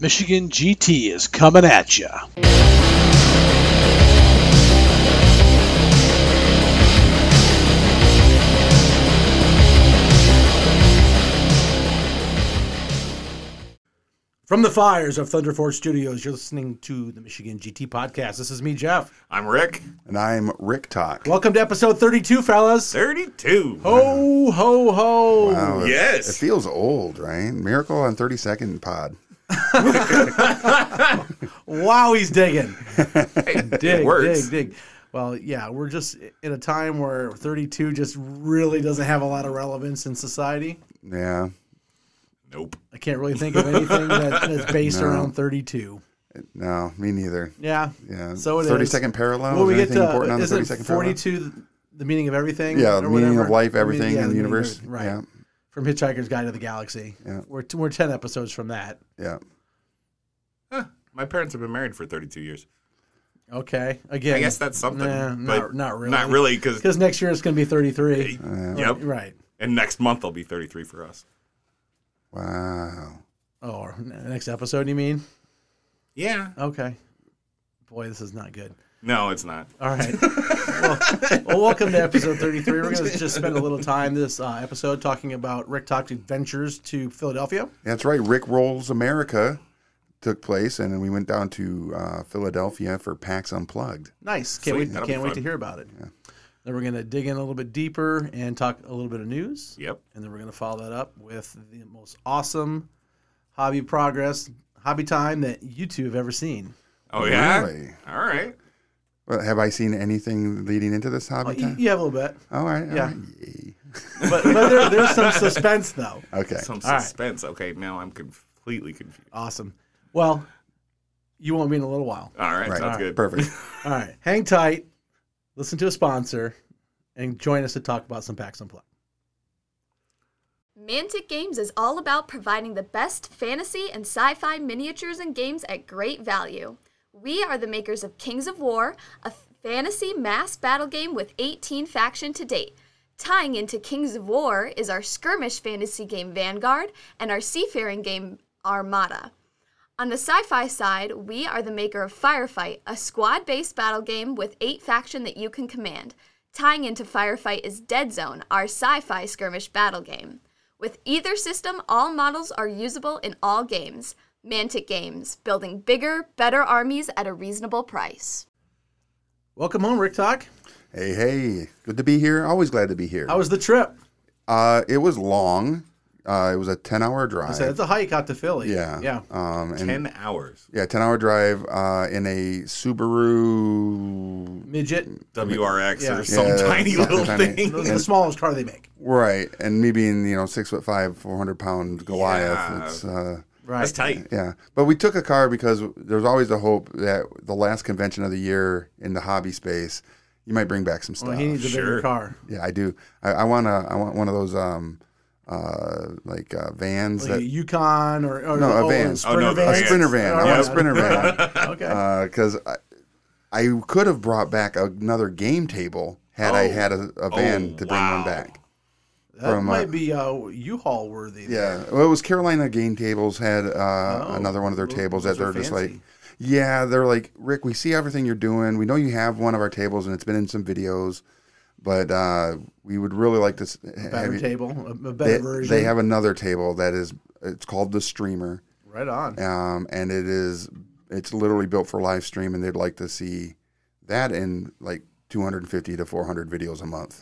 Michigan GT is coming at you. From the fires of Thunderford Studios, you're listening to the Michigan GT podcast. This is me, Jeff. I'm Rick. And I'm Rick Talk. Welcome to episode 32, fellas. 32. Oh, Ho, ho, ho. Wow, it- yes. It feels old, right? Miracle on 32nd Pod. Wow, he's digging. dig, works. dig, dig. Well, yeah, we're just in a time where 32 just really doesn't have a lot of relevance in society. Yeah. Nope. I can't really think of anything that is based around 32. No, me neither. Yeah. Yeah. So it is. 32nd parallel. Well, is we get anything to important on the isn't 32nd parallel? 42 th- the meaning of everything. Yeah, or the meaning whatever? of life, The meaning- everything yeah, in the meaning of universe. everything. Right. Yeah. From Hitchhiker's Guide to the Galaxy. Yeah. We're, t- we're 10 episodes from that. Yeah. Huh. My parents have been married for 32 years. Okay. Again. I guess that's something. Nah, but not, not really. Not really, because, Because next year it's going to be 33. yep. Right. And next month I'll be 33 for us. Wow. Oh, or n- next episode, you mean? Yeah. Okay. Boy, this is not good. No, it's not. All right. well, well, welcome to episode 33. We're going to just spend a little time this uh, episode talking about Rick Talk's adventures to Philadelphia. That's right. Rick Rolls America took place, and then we went down to uh, Philadelphia for PAX Unplugged. Nice. Can't Sweet, wait. that'll Can't be wait fun. to hear about it. Then we're going to dig in a little bit deeper and talk a little bit of news. Yep. And then we're going to follow that up with the most awesome hobby progress, hobby time that you two have ever seen. Oh, yeah? Really? All right. Well, have I seen anything leading into this hobby You, time? you have a little bit, All right. Oh, yeah. All right. Yay. but, but there, there's some suspense though. Okay. Some All right. suspense. Okay, now I'm completely confused. Awesome. Well, you won't be in a little while. All right, Right. sounds good. Perfect. All right. Hang tight, listen to a sponsor, and join us to talk about some packs and plug. Mantic Games is all about providing the best fantasy and sci fi miniatures and games at great value. We are the makers of Kings of War, a fantasy mass battle game with 18 faction to date. Tying into Kings of War is our skirmish fantasy game Vanguard and our seafaring game Armada. On the sci fi side, we are the maker of Firefight, a squad based battle game with eight faction that you can command. Tying into Firefight is Dead Zone, our sci fi skirmish battle game. With either system, all models are usable in all games. Mantic Games, building bigger, better armies at a reasonable price. Welcome home, Rick Talk. hey, hey. Good to be here. Always glad to be here. How was the trip? Uh, it was long. Uh, it was a ten-hour drive. So it's a hike out to Philly. yeah, Yeah. Um, and 10 hours. yeah, ten-hour drive uh, in a Subaru. Midget. WRX Yeah. or some Yeah, tiny yeah, little tiny. thing. It's the smallest car they make. Right, and me being you know six foot five, four hundred pound Goliath. Yeah. It's uh, Right. That's tight. yeah, but we took a car because there's always the hope that the last convention of the year in the hobby space, you might bring back some stuff. Well, he needs a bigger Sure. car. yeah, I do. I, I want to. I want one of those um, uh, like uh, vans Like a that. Yukon or, or No, a oh, van. Uh, Sprinter Oh, no, the van. A sprinter van. I want a sprinter van. okay. because I, I could have brought back another game table had I Oh. had a, a van Oh, to bring wow. one back. that from, uh, might be uh, U-Haul worthy. Yeah, well, it was Carolina Game Tables had uh, another one of their tables that Oh, those they're are just fancy. like, yeah, they're like, Rick, we see everything you're doing. We know you have one of our tables and it's been in some videos, but uh, we would really like to s- Better have you- table, a, a better They, version. they have another table that is it's called the Streamer. right on. um, and it is it's literally built for live stream and they'd like to see that in like 250 to 400 videos a month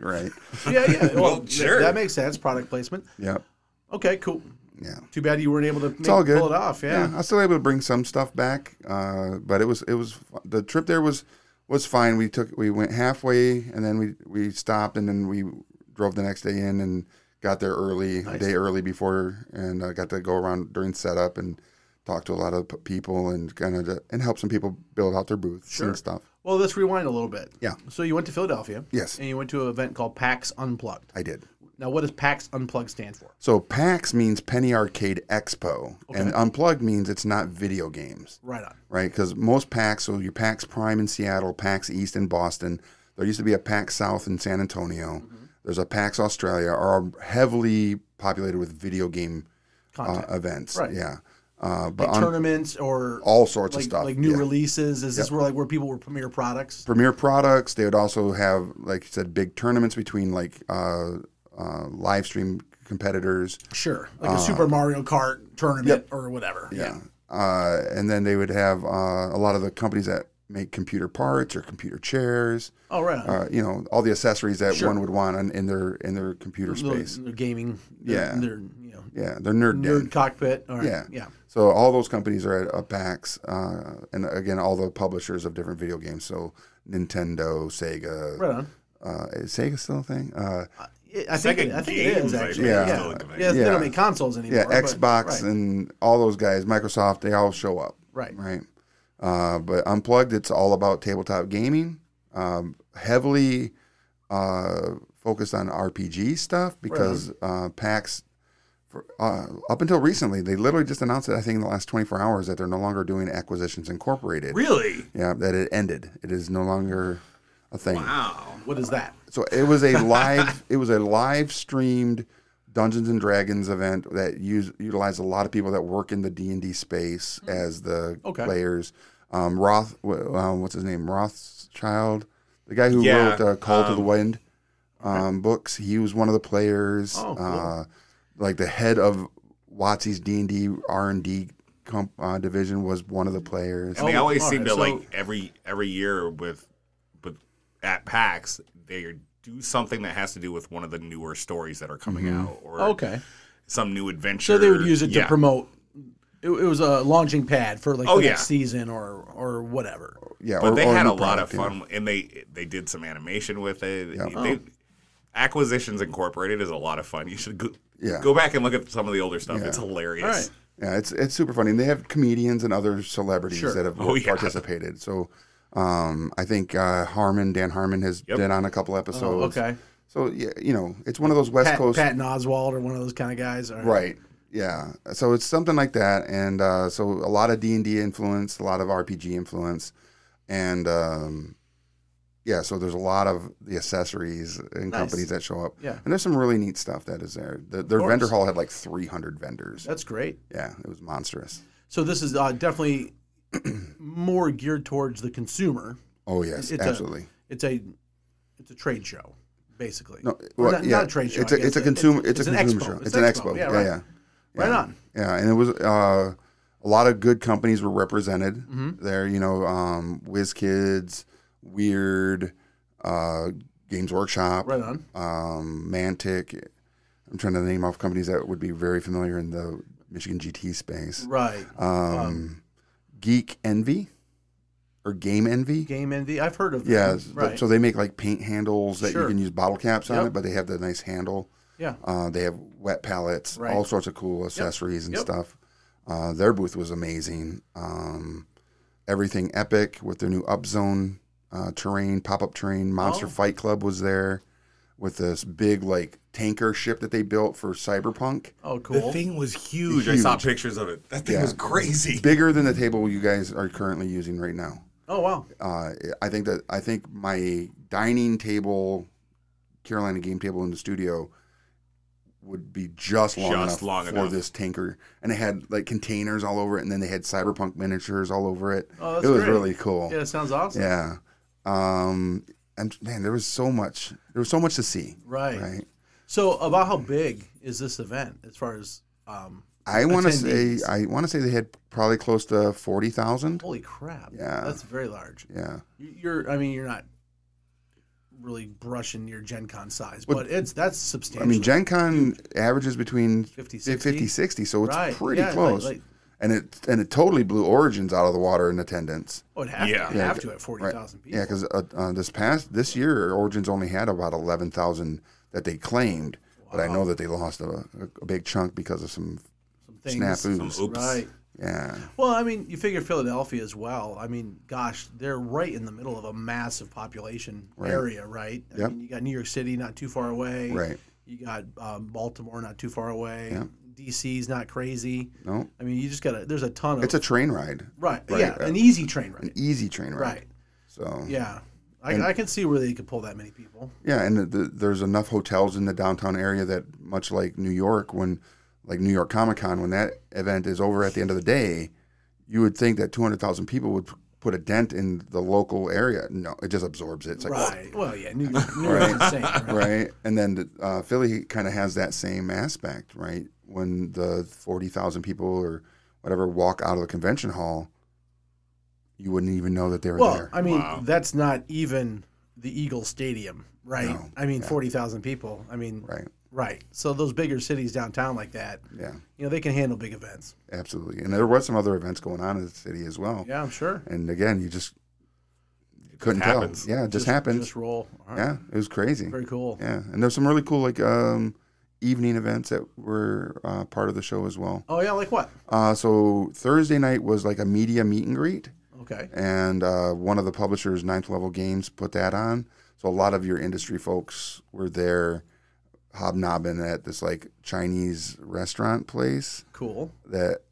right Yeah, yeah. Well, Well, th- sure. that makes sense. Product placement. yeah Okay, cool. yeah Too bad you weren't able to make, it's all good pull it off. Yeah. i was still able to bring some stuff back uh, but it was it was fu- the trip there was was fine we took we went halfway and then we we stopped and then we drove the next day in and got there early a day early before and uh, got to go around during setup and talk to a lot of p- people and kind of and help some people build out their booths and stuff Well, let's rewind a little bit. Yeah. So you went to Philadelphia. Yes. And you went to an event called PAX Unplugged. I did. Now, what does PAX Unplugged stand for? So PAX means Penny Arcade Expo, and unplugged means it's not video games, Right on. right? Because most PAX, so your PAX Prime in Seattle, PAX East in Boston, there used to be a PAX South in San Antonio. Mm-hmm. There's a PAX Australia, are heavily populated with video game uh, events. Right. Yeah. Uh, but Like on tournaments or all sorts like, of stuff, like new yeah. releases. Is this where like where people were premiere products? premier products. They would also have, like you said, big tournaments between like uh, uh, live stream competitors. Sure, like a Super Mario Kart tournament or whatever. Uh, and then they would have uh, a lot of the companies that make computer parts or computer chairs. Oh right. on. Uh, you know, all the accessories that Sure. one would want in, in their in their computer Little- space. little gaming. Yeah. Their, you know, Yeah, their nerd, nerd den. cockpit. All right. Yeah. Yeah. So all those companies are at, at PAX, uh, and again, all the publishers of different video games. So Nintendo, Sega, Right on. uh, is Sega still a thing? Uh, I think, it, I think it is actually. Yeah. Yeah. Yeah. Yeah, They Yeah. don't make consoles anymore. yeah, but- Xbox right. and all those guys, Microsoft, they all show up. Right. Right. Uh, but Unplugged, it's all about tabletop gaming, um, heavily uh, focused on RPG stuff because uh, PAX, for, uh, up until recently, they literally just announced it, I think, in the last 24 hours that they're no longer doing Acquisitions Incorporated. Really? Yeah, that it ended. It is no longer a thing. Wow. What is that? So it was a live it was a live streamed Dungeons and Dragons event that use, utilized a lot of people that work in the D and D space Hmm. as the Okay. players. Um, Roth, wh- um, what's his name? Rothschild, the guy who Yeah, wrote uh, Call to the Wind um, books. He was one of the players. Oh, cool. uh, like the head of Watsy's D and D R and D comp, uh, division was one Hmm. of the players. And they Oh, always all seem right, to so- like every every year with with at PAX they do something that has to do with one of the newer stories that are coming out or Mm-hmm. Okay. some new adventure. So they would use it to Yeah. promote. It, it was a launching pad for like Oh, the yeah. next season or or whatever. Yeah, But or- they or had a new lot of product, yeah. fun, and they they did some animation with it. Oh. They- Acquisitions Incorporated is a lot of fun. You should go, Yeah. go back and look at some of the older stuff. It's hilarious. All right. Yeah, it's it's super funny. And they have comedians and other celebrities Sure. that have Oh, yeah. participated. So um, I think uh, Harmon, Dan Harmon, has been on a couple episodes. Oh, okay. So yeah, you know, it's one of those West Pat, Coast, Patton Oswald or one of those kind of guys. All right? Yeah. So it's something like that, and uh, so a lot of D and D influence, a lot of RPG influence, and um, yeah. So there's a lot of the accessories and Nice. companies that show up. Yeah. And there's some really neat stuff that is there. The, their course. vendor hall had like 300 vendors. That's great. Yeah, it was monstrous. So this is uh, definitely more geared towards the consumer. Oh yes, It's a- absolutely. It's a it's a trade show, basically. No, Or well, not, yeah, not a trade show. It's I a, guess. it's a It- consumer. It's, a an consumer expo. show. It's, an expo. Yeah, right. yeah, yeah. Right on. Yeah, and it was uh, a lot of good companies were represented Mm-hmm. there. You know, um, Whiz Kids, Weird, uh, Games Workshop, Right on. um, Mantic. I'm trying to name off companies that would be very familiar in the Michigan GT space. Right. Um, Geek Envy or Game Envy. Game envy. I've heard of. That. Yeah, s- Right. so they make like paint handles that Sure. you can use bottle caps on Yep. it, but they have the nice handle. yeah. Uh, they have wet palettes, Right. all sorts of cool accessories and Yep. stuff. Uh, their booth was amazing. Um, everything epic with their new Upzone uh, terrain, pop up terrain. Monster Oh. Fight Club was there with this big like tanker ship that they built for Cyberpunk, Oh, cool. The thing was huge. I saw pictures of it. That thing Yeah. was crazy. bigger than the table you guys are currently using right now. oh wow. uh, I think that I think my dining table, Carolina game table in the studio, would be just long Just enough long for enough. this tanker, and it had like containers all over it, and then they had cyberpunk miniatures all over it. Oh, that's it was great. really cool. Yeah, it sounds awesome. Yeah. Um, and man, there was so much. There was so much to see. Right. Right. So about how big is this event as far as? Um, I want to say Attendees. I want to say they had probably close to forty thousand. holy crap. Yeah. That's very large. Yeah. You- You're. I mean, you're not really brushing your Gen Con size, but it's that's I substantial. mean, Gen Con averages between 50, 60? 50, 60, so it's Right, pretty yeah, like- close. like- and it and it totally blew Origins out of the water in attendance. oh, it'd have, Yeah. to, it'd have to at forty thousand people. Yeah, because uh, uh, this past this year, Origins only had about eleven thousand that they claimed, but I know that they lost a, a big chunk because of some Some things. snafu. Some oops. Right. yeah. Well, I mean, you figure Philadelphia as well. I mean, gosh, they're right in the middle of a massive population area, right? I Yep. mean, you got New York City not too far away. Right. You got um, Baltimore not too far away. DC's not crazy. No, I mean, you just got to, there's a ton of. it's a train ride, right, right, Yeah. uh, An easy train ride. easy train ride. Right. So Yeah. I, I can see where they could pull that many people. Yeah, and the, there's enough hotels in the downtown area that, much like New York, when like New York Comic Con, when that event is over at the end of the day, you would think that 200,000 people would p- put a dent in the local area. No, it just absorbs it. It's like, Right. Well, yeah, New York, New York's Right. insane. Right? right? And then the, uh, Philly kind of has that same aspect, right? When the forty thousand people or whatever walk out of the convention hall, you wouldn't even know that they were Well, there. I mean, Wow. that's not even the Eagle Stadium, right? No, I mean, yeah. 40,000 people. I mean, right. right? So those bigger cities downtown like that, Yeah, you know, they can handle big events. absolutely. And there was some other events going on in the city as well. Yeah, I'm sure. And again, you just couldn't just tell. happens. Yeah, it just, happened. Just roll. All right. yeah, it was crazy. Very cool. Yeah, and there's some really cool like um, evening events that were uh, part of the show as well. Oh, yeah, like what? Uh, so Thursday night was like a media meet and greet. Okay. and uh, one of the publishers, Ninth Level Games, put that on. So a lot of your industry folks were there, hobnobbing at this like Chinese restaurant place. Cool. That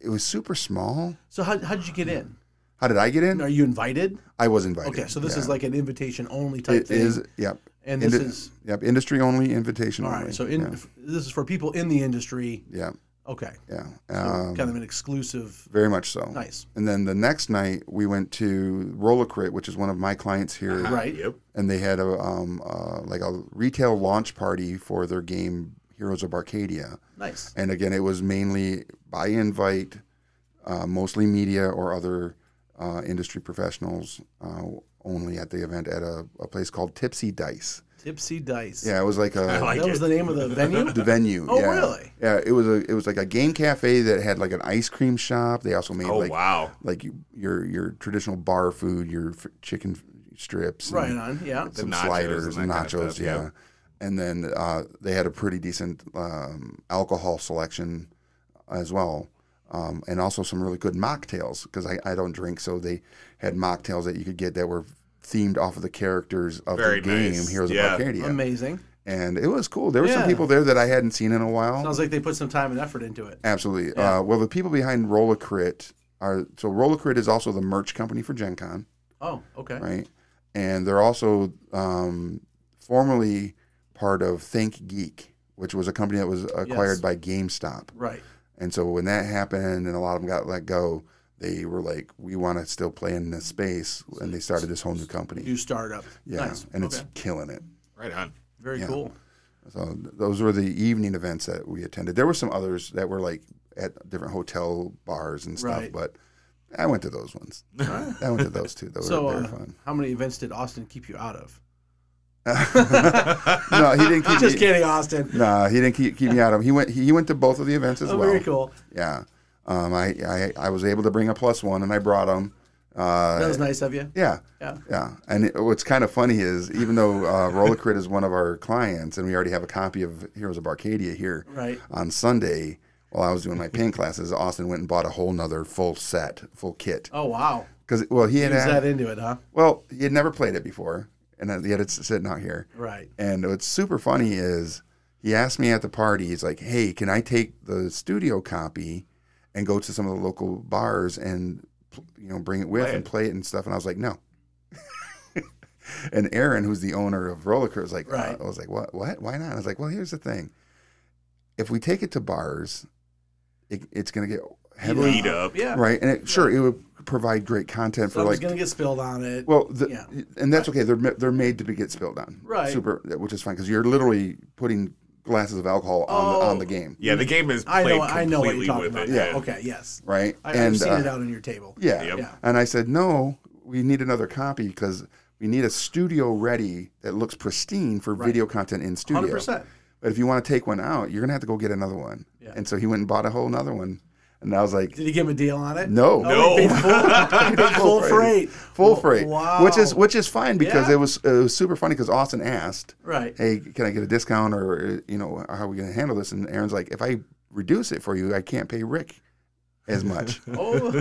it was super small. So how, how did you get in? How did I get in? Are you invited? I was invited. Okay, so this Yeah. is like an invitation only type it thing. is. Yep. and this Indi- is Yep. Industry only, invitation all only. right. So in, yeah. f- this is for people in the industry. yeah, Okay, yeah. so Um, kind of an exclusive. very much so. Nice. And then the next night we went to Roller Crit, which is one of my clients here. Right. Yep. and they had a um, uh, like a retail launch party for their game Heroes of Arcadia. Nice. And again, it was mainly by invite, uh, mostly media or other uh, industry professionals uh, only at the event at a, a place called Tipsy Dice. Tipsy Dice. Yeah, it was like a like that was it. the name of the venue. the venue. Oh, yeah. really? Yeah, it was a it was like a game cafe that had like an ice cream shop. They also made Oh like wow. like you- your your traditional bar food, your f- chicken strips, and- right on. Yeah. some nachos sliders and and that nachos, kind of stuff, yeah. yeah. And then uh, they had a pretty decent um, alcohol selection as well, um, and also some really good mocktails because I, I don't drink, so they had mocktails that you could get that were themed off of the characters of Very the game nice. Heroes Yeah. of Arcadia, Amazing. and it was cool. There were Yeah. some people there that I hadn't seen in a while. Sounds like they put some time and effort into it. Absolutely. Uh, well, the people behind Roller Crit are so Roller Crit is also the merch company for Gen Con. Oh, okay. right? And they're also um, formerly part of Think Geek, which was a company that was acquired Yes. by GameStop. Right. And so when that happened and a lot of them got let go, they were like, "We want to still play in this space," and they started this whole new company. New startup. Yeah, Nice. and it's Okay. killing it. Right on. very yeah. cool. So th- those were the evening events that we attended. There were some others that were like at different hotel bars and stuff, Right. but I went to those ones. I went to those too. Those So, were very uh, fun. how many events did Austin keep you out of? No, he didn't keep Just me- kidding, Austin. No, he didn't keep, keep me out of. He went. He, he went to both of the events as Oh, well. very cool. Yeah, um, I, I I was able to bring a plus one, and I brought him. Uh, That was nice of you. Yeah, Yeah. yeah. And it, what's kind of funny is, even though uh, Roller Crit is one of our clients, and we already have a copy of Heroes of Arcadia here Right. on Sunday, while I was doing my paint classes, Austin went and bought a whole nother full set, full kit. Oh wow. Because well, he had He was had- that into it, huh? well, he had never played it before, and then- yet it's sitting out here. Right. And what's super funny is he asked me at the party, he's like, hey, can I take the studio copy and go to some of the local bars and, pl- you know, bring it with Play and it. play it and stuff? And I was like, no. and Aaron, who's the owner of Roller Coaster, was like, uh, Right. I was like, what? What? Why not? I was like, well, here's the thing. If we take it to bars, it, it's going to get heavily, Heat up. Yeah. right? And it, sure, it would provide great content for Something's like gonna get spilled on it. well, the, Yeah. and that's okay. They're ma- they're made to be get spilled on, Right. Super, which is fine because you're literally putting glasses of alcohol on, the, on Oh. the game, Yeah, the game is I played know. I know what you're completely talking with about. it. Yeah. Okay. Yes. right? I, I've seen it uh, out on your table. yeah. Yep. Yeah. And I said, no, we need another copy because we need a studio ready that looks pristine for video content in studio. Hundred percent. But if you want to take one out, you're gonna have to go get another one. Yeah. And so he went and bought a whole another one, and I was like, Did he give him a deal on it? no, Oh, he paid full, he paid full freight. full Wh- freight, Wow. which is which is fine because Yeah. it was it was super funny because Austin asked. right. hey, can I get a discount or, uh, you know, how are we going to handle this? And Aaron's like, if I reduce it for you, I can't pay Rick as much. Oh,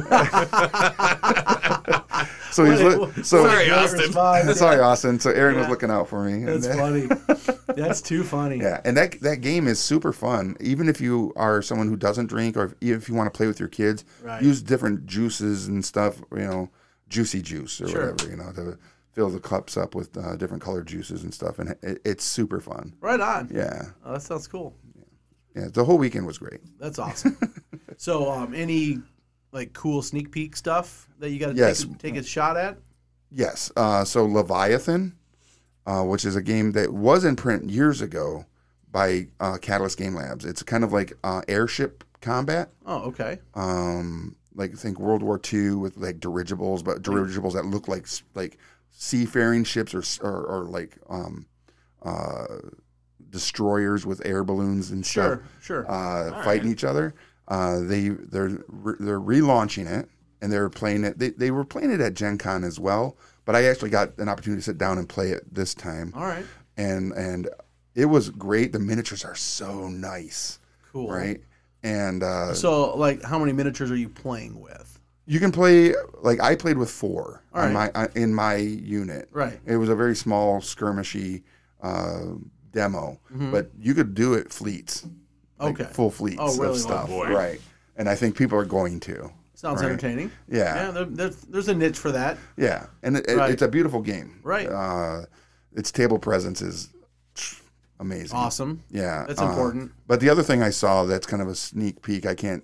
So he's, What li- a- so, Sorry, sorry, Austin. Response. Austin. So Aaron was Yeah. looking out for me. And That's that- funny. That's too funny. Yeah. And that, that game is super fun. Even if you are someone who doesn't drink or if, if you want to play with your kids, Right. use different juices and stuff, you know, juicy juice or Sure. whatever, you know, to fill the cups up with uh, different colored juices and stuff. And it, it's super fun. Right on. Yeah. Oh, that sounds cool. Yeah, the whole weekend was great. That's awesome. so, um, any like cool sneak peek stuff that you got to Yes. take, take a shot at? Yes. Uh, so Leviathan, uh, which is a game that was in print years ago by uh, Catalyst Game Labs. It's kind of like uh, airship combat, Oh, okay. um, like think World War II with like dirigibles, but dirigibles that look like s- like seafaring ships or s- or, or like um, uh, destroyers with air balloons and stuff Sure, sure. uh, fighting each other. Uh, they they're re- they're relaunching it and they're playing it. They, they were playing it at Gen Con as well, but I actually got an opportunity to sit down and play it this time, All right. and and it was great. The miniatures are so nice, Cool. right? And uh, So, like, how many miniatures are you playing with? you can play like I played with four All on right. my uh, in my unit. Right. It was a very small skirmishy uh, demo, Mm-hmm. but you could do it fleets, like Okay. full fleets Oh, really? of stuff, Oh, boy. right? And I think people are going to, Sounds Right. entertaining. yeah, Yeah, there, there's, there's a niche for that. Yeah, and it, it- Right. it's a beautiful game. Right. Uh, its table presence is tch, amazing. Awesome. Yeah, That's uh, important. But the other thing I saw that's kind of a sneak peek. I can't.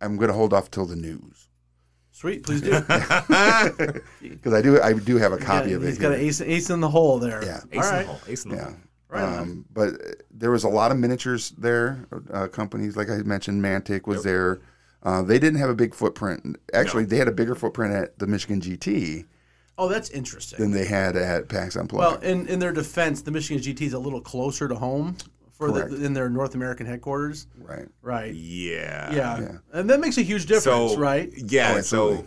I'm going to hold off till the news Sweet. Please do. He's because I do. I do have a got, copy of it. he's got an here. ace, ace in the hole there. Yeah. All Ace in right. the hole. Ace in the Yeah. hole. Right on. um, but uh, there was a lot of miniatures there. Uh, companies like I mentioned, Mantic was there. Uh, they didn't have a big footprint. Actually, they had a bigger footprint at the Michigan GT Oh, that's interesting. than they had at PAX Unplugged. Well, in, in their defense, the Michigan GT is a little closer to home for the, Correct. in their North American headquarters, right. right? Yeah. Yeah. and that makes a huge difference, So right? Yeah. so Oh, absolutely.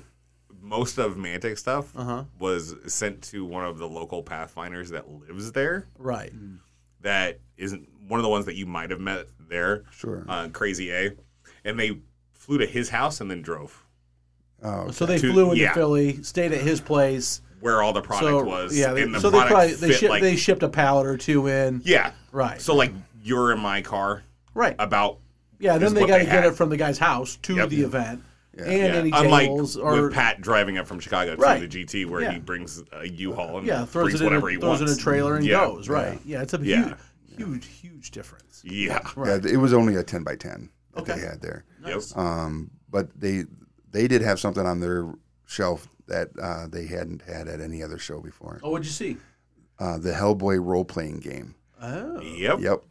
most of Mantic stuff Uh-huh. was sent to one of the local Pathfinders that lives there. Right. That isn't one of the ones that you might have met there. Sure. Uh, Crazy A, and they flew to his house and then drove Oh, So they To- flew into yeah. Philly, stayed at his place. where all the product so was. yeah, they, and the so they product probably they, fit, ship, like- they shipped a pallet or two in. yeah. Right. So like you're in my car right. about yeah. is Then they what got to they get had. it from the guy's house to Yep. the event, and yeah. any unlike tables or with Pat driving up from Chicago Right. to the GT where Yeah. he brings a U-Haul and yeah, throws brings it in a, whatever he throws wants. it in a trailer and Yeah. goes. Right. Yeah, it's a Yeah. huge, huge, huge difference. Yeah. Yeah, th- it was only a ten by ten that Okay. they had there. Yep. Uh, Um, but they they did have something on their shelf that uh, they hadn't had at any other show before. Oh, what'd you see? Uh, the Hellboy role playing game. Oh, Yep. Yep.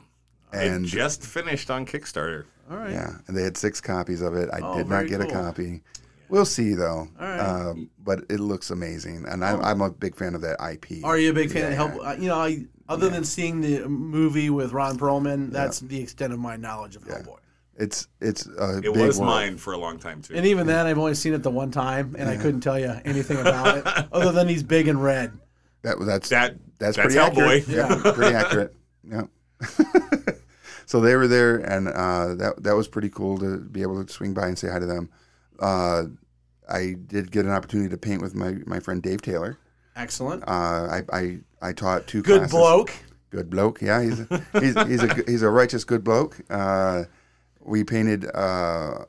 it And just finished on Kickstarter. all right. yeah, and they had six copies of it. I Oh, did not very get a cool. copy. We'll see though. right. Oh. Uh, but it looks amazing, and I'm, I'm a big fan of that IP. Are you a big fan of Help? uh, You know, I, other than seeing the movie with Ron Perlman, that's the extent of my knowledge of Hellboy. It's it's a It big was world. mine for a long time too. And even then, I've only seen it the one time, and I couldn't tell you anything about it other than he's big and red. That that's That- that's that's, pretty accurate. Hellboy. Yeah, pretty accurate. Yeah. so they were there, and uh, that that was pretty cool to be able to swing by and say hi to them. Uh, I did get an opportunity to paint with my, my friend Dave Taylor. Excellent, Uh, I, I I taught two good classes. bloke. Good bloke. Yeah, he's a, he's, he's a he's a righteous good bloke. Uh, we painted uh,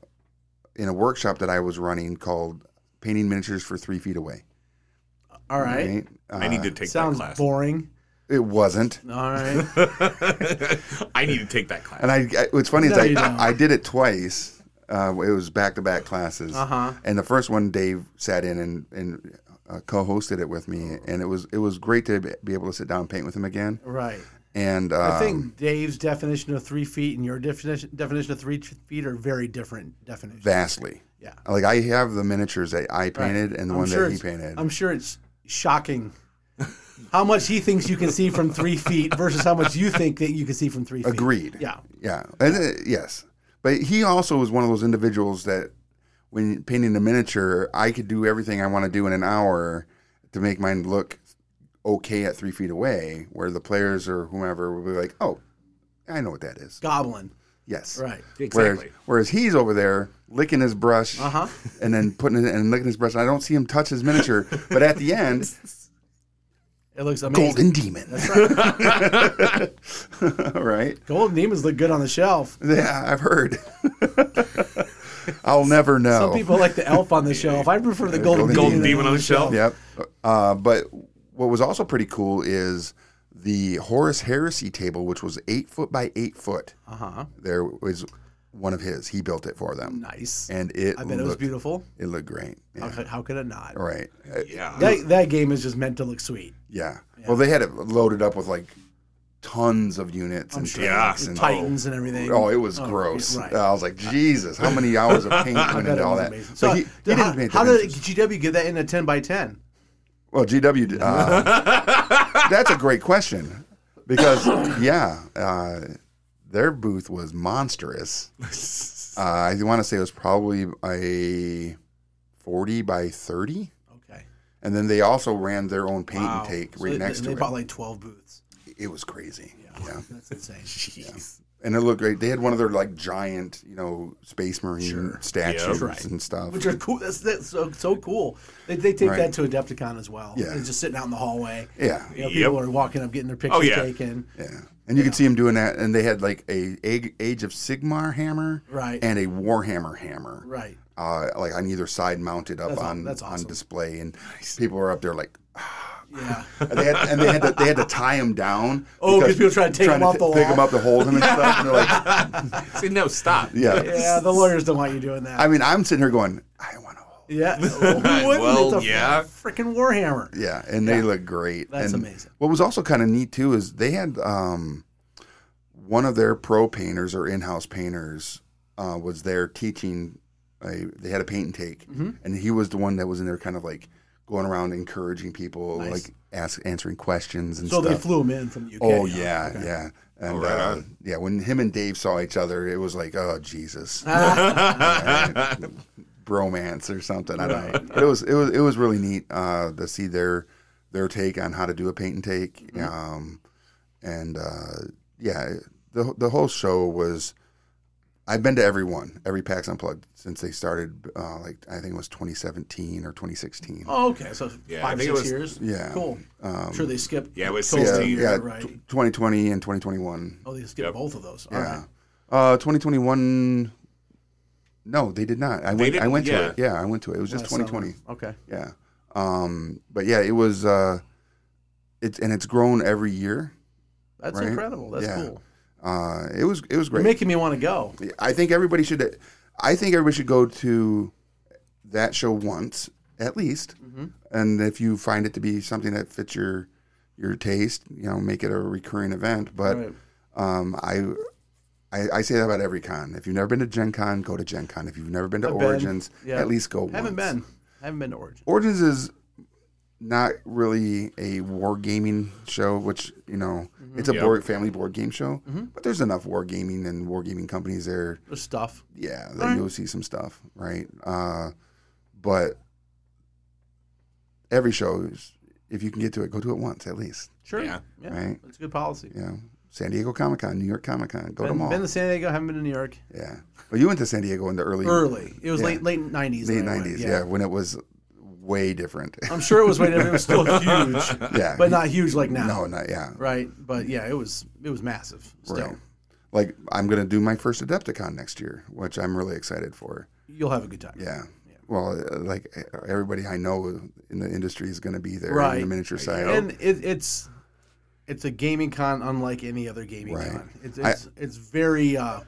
in a workshop that I was running called painting miniatures for three feet away. All right, Right? Uh, I need to take that sounds class. boring. it wasn't. All right, I need to take that class. And I, I what's funny No, you is don't. I, I did it twice. Uh, it was back to back classes. Uh-huh. And the first one, Dave sat in and and uh, co-hosted it with me, and it was it was great to be- be able to sit down and paint with him again. right. And um, I think Dave's definition of three feet and your definition definition of three feet are very different definitions. vastly, Yeah. Like I have the miniatures that I painted and the I'm one sure that he it's- painted. I'm sure it's shocking how much he thinks you can see from three feet versus how much you think that you can see from three feet. Agreed. Yeah. Yeah. And, uh, yes. But he also was one of those individuals that when painting a miniature, I could do everything I want to do in an hour to make mine look okay at three feet away, where the players or whomever would be like, oh, I know what that is. Goblin. Yes. Right. exactly. Whereas, whereas he's over there licking his brush Uh-huh. and then putting it and licking his brush. I don't see him touch his miniature, but at the end, It looks amazing. golden demon. right? Golden demons look good on the shelf. Yeah, I've heard. I'll never know. Some people like the elf on the shelf. I prefer the golden, golden Golden demon on the shelf. Yep. Uh, but what was also pretty cool is the Horace Heresy table, which was eight foot by eight foot. Uh huh. There was one of his. He built it for them, Nice. and it I bet looked it was beautiful. It looked great. Yeah. How, could, how could it not? All right. Uh, Yeah. That, that game is just meant to look sweet. Yeah. Well, they had it loaded up with like tons of units and sure. Yeah. tanks and Titans and everything. Oh, it was gross. right. I was like, Jesus, how many hours of paint I went bet into it all was that? amazing. But So he, he how, didn't paint the how did fences. GW get that in a ten by ten? Well, GW. did- uh, that's a great question because yeah, uh, their booth was monstrous. Uh, I want to say it was probably a forty by thirty, Okay. and then they also ran their own paint Wow. and take So right they- next they to bought it. like twelve booths. It was crazy. yeah. That's insane. Jeez. and it looked great. They had one of their like giant, you know, space marine statues Yep. Right. and stuff. Which are cool. That's, that's so so cool. They, they take that Right. to Adepticon as well. Yeah. They're just sitting out in the hallway. yeah, You know, Yep. People are walking up, getting their pictures Oh, yeah. taken. yeah. And you could see them doing that. And they had like a Ag- Age of Sigmar hammer, Right. and a Warhammer hammer, Right. uh, like on either side, mounted up That's aw- on that's awesome. on display. And people were up there like, Yeah. and they had, and they had to, they had to tie him down. Oh, 'cause people tried to take him off fi- the pick wall. him up to hold him and stuff. And they're like, See, no, stop. yeah. yeah. The lawyers don't want you doing that. I mean, I'm sitting here going, I want to hold. yeah. Who wouldn't? Well, it's a yeah. Freaking Warhammer. Yeah, and they look great. That's And amazing. What was also kind of neat too is they had um, one of their pro painters or in-house painters uh, was there teaching. A, they had a paint and take, Mm-hmm. and he was the one that was in there, kind of like going around encouraging people, Nice. like ask answering questions and So stuff. they flew him in from the UK. oh yeah, yeah. And Oh, right uh, on. yeah, when him and Dave saw each other, it was like, oh Jesus, bromance or something. I don't know. But it was it was it was really neat uh, to see their their take on how to do a paint and take. Mm-hmm. Um, and uh, yeah, the the whole show was. I've been to every one, every PAX Unplugged since they started. Uh, like I think it was 2017 or 2016. Oh, okay. So Yeah, I five, think it six was- years. yeah. Um, Cool. sure, they skipped. Yeah, it was COVID, 16. yeah, Right. t- 2020 and 2021. Oh, they skipped Yep. both of those. All yeah, right. uh, 2021. No, they did not. I went. I didn't? went Yeah. to it. Yeah, I went to it. It was just Last 2020. summer. Okay. Yeah. Um, but yeah, it was uh it's and it's grown every year. That's Right? incredible. That's Yeah. cool. Uh it was it was You're great. making me want to go. I think everybody should I think everybody should go to that show once at least. Mm-hmm. And if you find it to be something that fits your your taste, you know, make it a recurring event, but Right. um I I, I say that about every con. If you've never been to Gen Con, go to Gen Con. If you've never been to I've been. Origins, Yeah. at least go Haven't once. been. Haven't been to Origin. Origins is not really a wargaming show, which you know Mm-hmm. it's a Yep. board, family board game show. But there's enough wargaming and wargaming companies there. There's stuff. Yeah, that you'll see some stuff, right? Uh, but every show, is, if you can get to it, go to it once at least. Sure. Yeah. Right. It's a good policy. You know, San Diego Comic Con, New York Comic Con, go to Been, them all. been to San Diego. Haven't been to New York. yeah, well, you went to San Diego in the early Early. It was Yeah. late late nineties. late '90s, yeah. when it was way different. I'm sure it was when it was still huge, yeah, but not huge like now. no, not yeah. Right. But yeah, it was it was massive. Still, Right. Like I'm gonna do my first Adepticon next year, which I'm really excited for. you'll have a good time. Yeah. Well, uh, like uh, everybody I know in the industry is gonna be there in the Right. miniature side. and it, it's it's a gaming con unlike any other gaming Right. con. It's I- it's, it's very uh,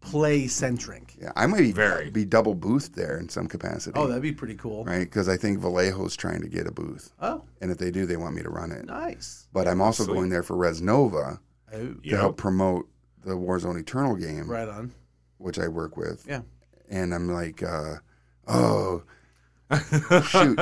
play centric. yeah, I might be, Very. be double booth there in some capacity. Oh, that'd be pretty cool. right? Because I think Vallejo's trying to get a booth, Oh, and if they do, they want me to run it. nice. But I'm also Sweet. going there for Res Nova Oh, to help Yep. promote the Warzone Eternal game, right on. which I work with. Yeah. And I'm like, uh, oh, shoot,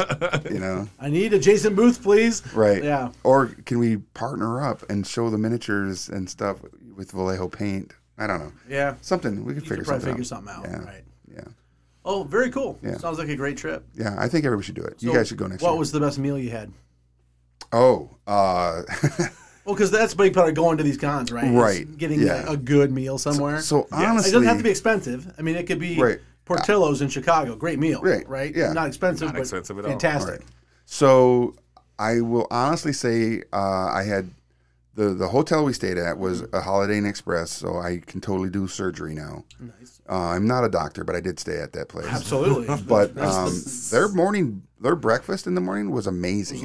you know. I need a Jason Booth, please. Right. Yeah. Or can we partner up and show the miniatures and stuff with Vallejo paint? I don't know. Yeah. Something we could You figure could probably something figure out. something out. Yeah. Right. Yeah. Oh, very cool. Yeah. Sounds like a great trip. Yeah, I think everybody should do it. you So guys should go next What year. was the best meal you had? oh, uh, Well, because that's a big part of going to these cons, right? Is Right. Getting Yeah. like, a good meal somewhere. so It honestly, doesn't have to be expensive. I mean, it could be Right. Portillo's in Chicago. Great meal. Right. Right. Yeah. Not expensive. Not but expensive at all. fantastic. so I will honestly say uh, I had the the hotel we stayed at was Mm-hmm. a Holiday Inn Express, so I can totally do surgery now. Nice. Uh, I'm not a doctor, but I did stay at that place. Absolutely. But um, their morning, their breakfast in the morning was it amazing.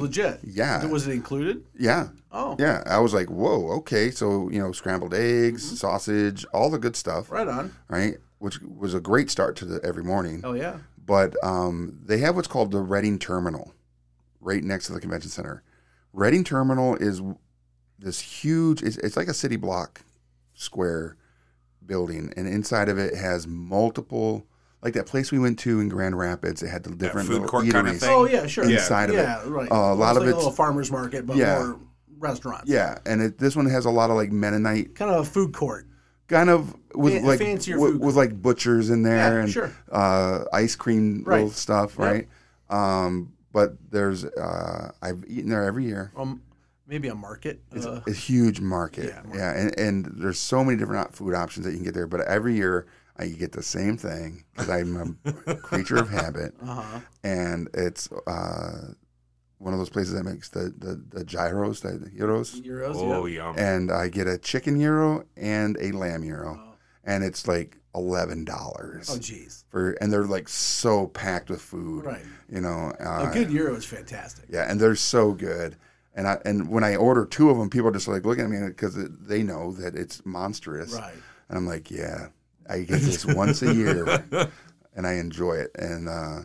was legit. Yeah. Was it included? Yeah. Oh, Yeah, I was like, whoa, okay. So, you know, scrambled eggs, Mm-hmm. sausage, all the good stuff, right on. right? Which was a great start to the every morning. Oh yeah. But um, they have what's called the Reading Terminal right next to the convention center. Reading Terminal is this huge, it's, it's like a city block square building. And inside of it has multiple, like that place we went to in Grand Rapids, it had the different food little court eateries. kinda thing? Oh yeah, sure. Inside of it. yeah, right. Uh, a lot it's like of a it's- little farmers market, but Yeah. more restaurants. Yeah, and it, this one has a lot of like Mennonite Kind of a food court. kind of with Fan- like fancier with, food. with like butchers in there Yeah, and sure. uh, ice cream little Right. stuff, Yep. right? Um, but there's uh, I've eaten there every year. Um, maybe a market. Uh, A huge market, Yeah, yeah, and, and there's so many different op- food options that you can get there. But every year I get the same thing because I'm a creature of habit, uh-huh. and it's uh, one of those places that makes the the, the gyros, the gyros, Euros. Oh, yeah. yum. and I get a chicken gyro and a lamb gyro, and it's like eleven dollars Oh jeez. for and they're like so packed with food Right. you know uh, A good euro is fantastic. yeah and they're so good and I and when I order two of them people are just like looking at me because they know that it's monstrous Right. and I'm like yeah I get this once a year and I enjoy it and uh,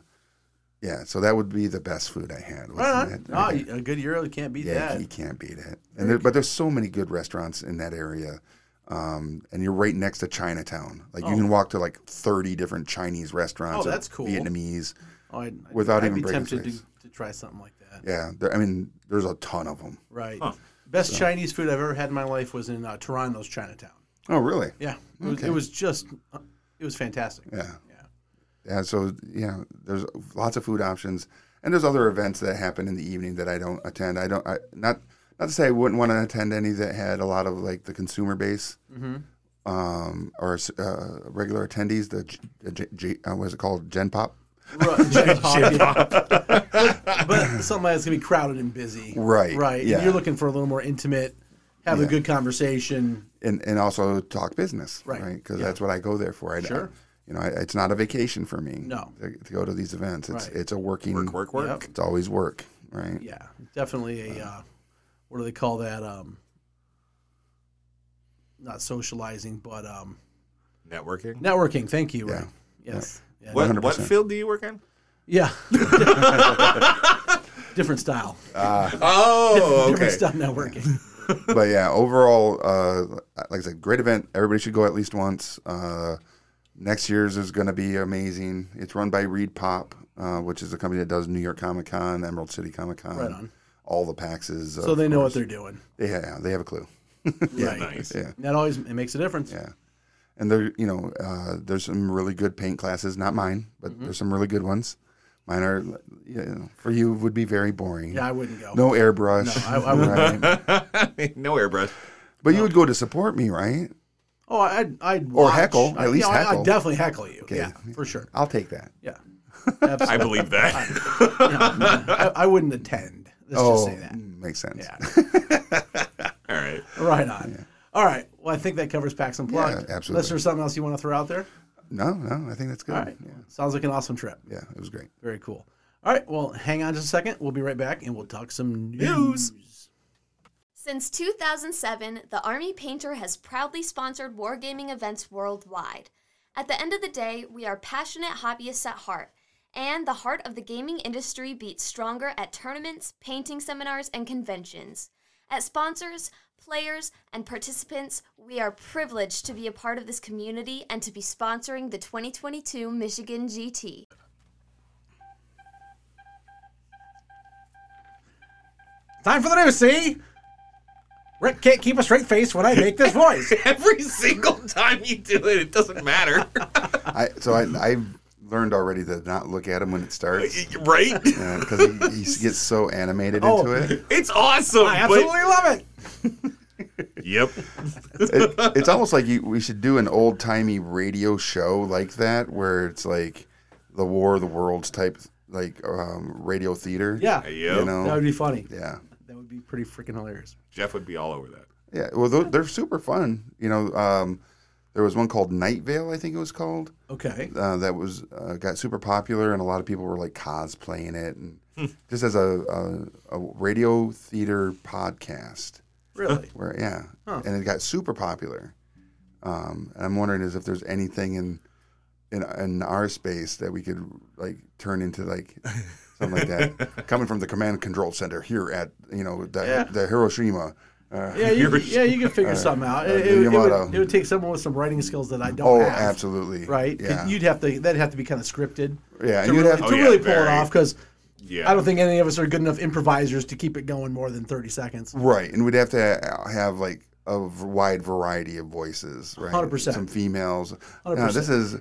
yeah so that would be the best food I had was Right on. that- Oh, you- a good euro you can't beat yeah that. you can't beat it and there, but there's so many good restaurants in that area um, and you're right next to Chinatown like you can walk to like 30 different Chinese restaurants Oh, or that's cool. Vietnamese Oh, I'd, I'd- Without I'd even be breaking tempted to, things. to try something like that. Yeah, there, I mean, there's a ton of them. Right. Best Chinese food I've ever had in my life was in uh, Toronto's Chinatown. Oh, really? Yeah, it was, it was just, uh, it was fantastic. Yeah. Yeah. Yeah. So yeah, there's lots of food options, and there's other events that happen in the evening that I don't attend. I don't. I not not to say I wouldn't want to attend any that had a lot of like the consumer base, um, or uh, regular attendees. The G, G, G, uh, what is it called? Gen Pop. Right, Gen Pop, yeah. but, but something that's gonna be crowded and busy. Right, Right. yeah. And you're looking for a little more intimate, have a good conversation. and and also talk business, Right. right? Because that's what I go there for. I, Sure. you know, I, it's not a vacation for me. No. to, to go to these events, it's Right. it's a working Work, work, work. Yep. It's always work, right? Yeah, definitely a, uh, what do they call that? Um, not socializing, but um, Networking. networking. Thank you. Right. Yes. Yeah. What, what 100%. field do you work in? Yeah. Different style. Oh, Different style networking. but yeah, overall, uh, like I said, great event. Everybody should go at least once. Uh, next year's is going to be amazing. It's run by Reed Pop, uh, which is a company that does New York Comic Con, Emerald City Comic Con, Right on. all the Paxes. So they know what they're doing. they yeah they have a clue. right. Nice. Yeah, That always it makes a difference. yeah. And there, you know, uh, there's some really good paint classes. Not mine, but Mm-hmm. there's some really good ones. Mine are, you know, for you would be very boring. Yeah, I wouldn't go. No airbrush. I- I wouldn't. right? no airbrush. But you would go to support me, right? Oh, I'd, I'd Or watch. heckle, I- at least yeah, I- heckle. I'd definitely heckle you. Yeah, for sure. I'll take that. Yeah, I believe that. I, I wouldn't attend. Let's Oh. just say that. makes sense. Yeah. All right. Right on. All right. Well, I think that covers Packs and Plug. Yeah, absolutely. Unless there's something else you want to throw out there. No, no, I think that's good. All right. Yeah. Sounds like an awesome trip. yeah, it was great. Very cool. All right. Well, hang on just a second. We'll be right back and we'll talk some news. Since 2007, the Army Painter has proudly sponsored wargaming events worldwide. At the end of the day, we are passionate hobbyists at heart, and the heart of the gaming industry beats stronger at tournaments, painting seminars, and conventions. As sponsors, players, and participants, we are privileged to be a part of this community and to be sponsoring the 2022 Michigan GT. Time for the news, see? Rick can't keep a straight face when I make this voice. Every single time you do it, it doesn't matter. I so I I've learned already to not look at him when it starts right? because he, he gets so animated Oh. into it. It's awesome. I but- absolutely love it. Yep. it. It's almost like you, we should do an old timey radio show like that where it's like the War of the Worlds type like um, radio theater. Yeah. Yep. you know. That would be funny. Yeah, That would be pretty freaking hilarious. Jeff would be all over that. Yeah, well, tho- they're super fun. You know, um, there was one called Night Vale, I think it was called, Okay. uh, that was uh, got super popular, and a lot of people were like cosplaying it, and Hmm. just as a, a, a radio theater podcast. Really? Where yeah, and it got super popular. Um, and I'm wondering is if there's anything in in in our space that we could like turn into like something like that, coming from the command and control center here at you know the Yeah. the Hiroshima. Uh, Yeah, you, yeah, you can figure something out. It, it, would- it would, Yamato. it would take someone with some writing skills that I don't Oh, have. absolutely. Right? 'Cause Yeah. You'd have to. That'd have to be kind of scripted. Yeah, To you'd really, have to to- Oh, yeah, really pull very. it off, because Yeah. I don't think any of us are good enough improvisers to keep it going more than thirty seconds. right, and we'd have to ha- have like a v- wide variety of voices. Right. 100%. Some females. No, 100%. this is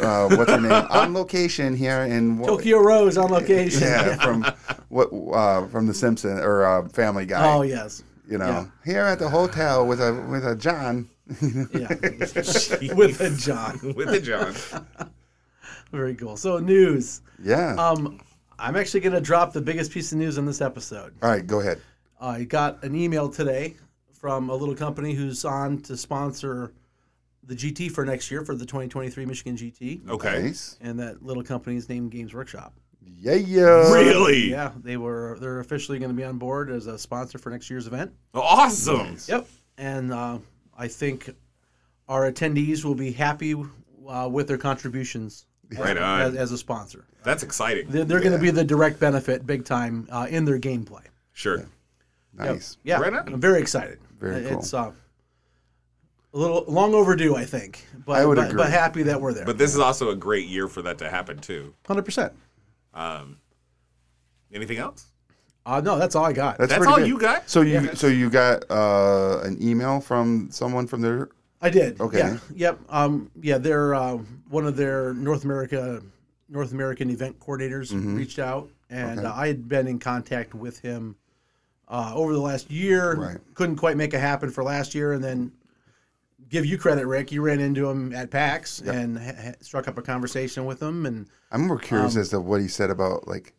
uh, what's her name on location here in what, Tokyo Rose on location. Yeah, from what uh, from the Simpson or uh, Family Guy. Oh yes. You know, here at the hotel with a with a John. Yeah. With a John. with the John. Very cool. So news. Yeah. Um, I'm actually going to drop the biggest piece of news in this episode. All right, go ahead. I got an email today from a little company who's on to sponsor the GT for next year for the 2023 Michigan GT, Okay. Nice. and that little company is named Games Workshop. Yeah, yeah. Really? Yeah, they were they're officially going to be on board as a sponsor for next year's event. Awesome. Yep. And uh, I think our attendees will be happy uh, with their contributions Right on. as, as a sponsor. That's exciting. They're, they're going to be the direct benefit, big time, uh, in their gameplay. Sure. Yep. Nice. Yeah, Right on. I'm very excited. Very Uh, cool. It's uh, a little long overdue, I think. But, I would but, agree. but happy that we're there. But this is also a great year for that to happen too. 100%. Anything else? Uh, no, that's all I got. That's pretty all good. you got? So you so you got uh, an email from someone from their I did. Okay. Yeah. Yep. Um, yeah. They're uh, one of their North America, North American event coordinators Mm-hmm. reached out, and uh, I had been in contact with him uh, over the last year. Right. Couldn't quite make it happen for last year, and then give you credit, Rick. You ran into him at PAX and ha- ha- struck up a conversation with him, and I'm more curious Um, as to what he said about like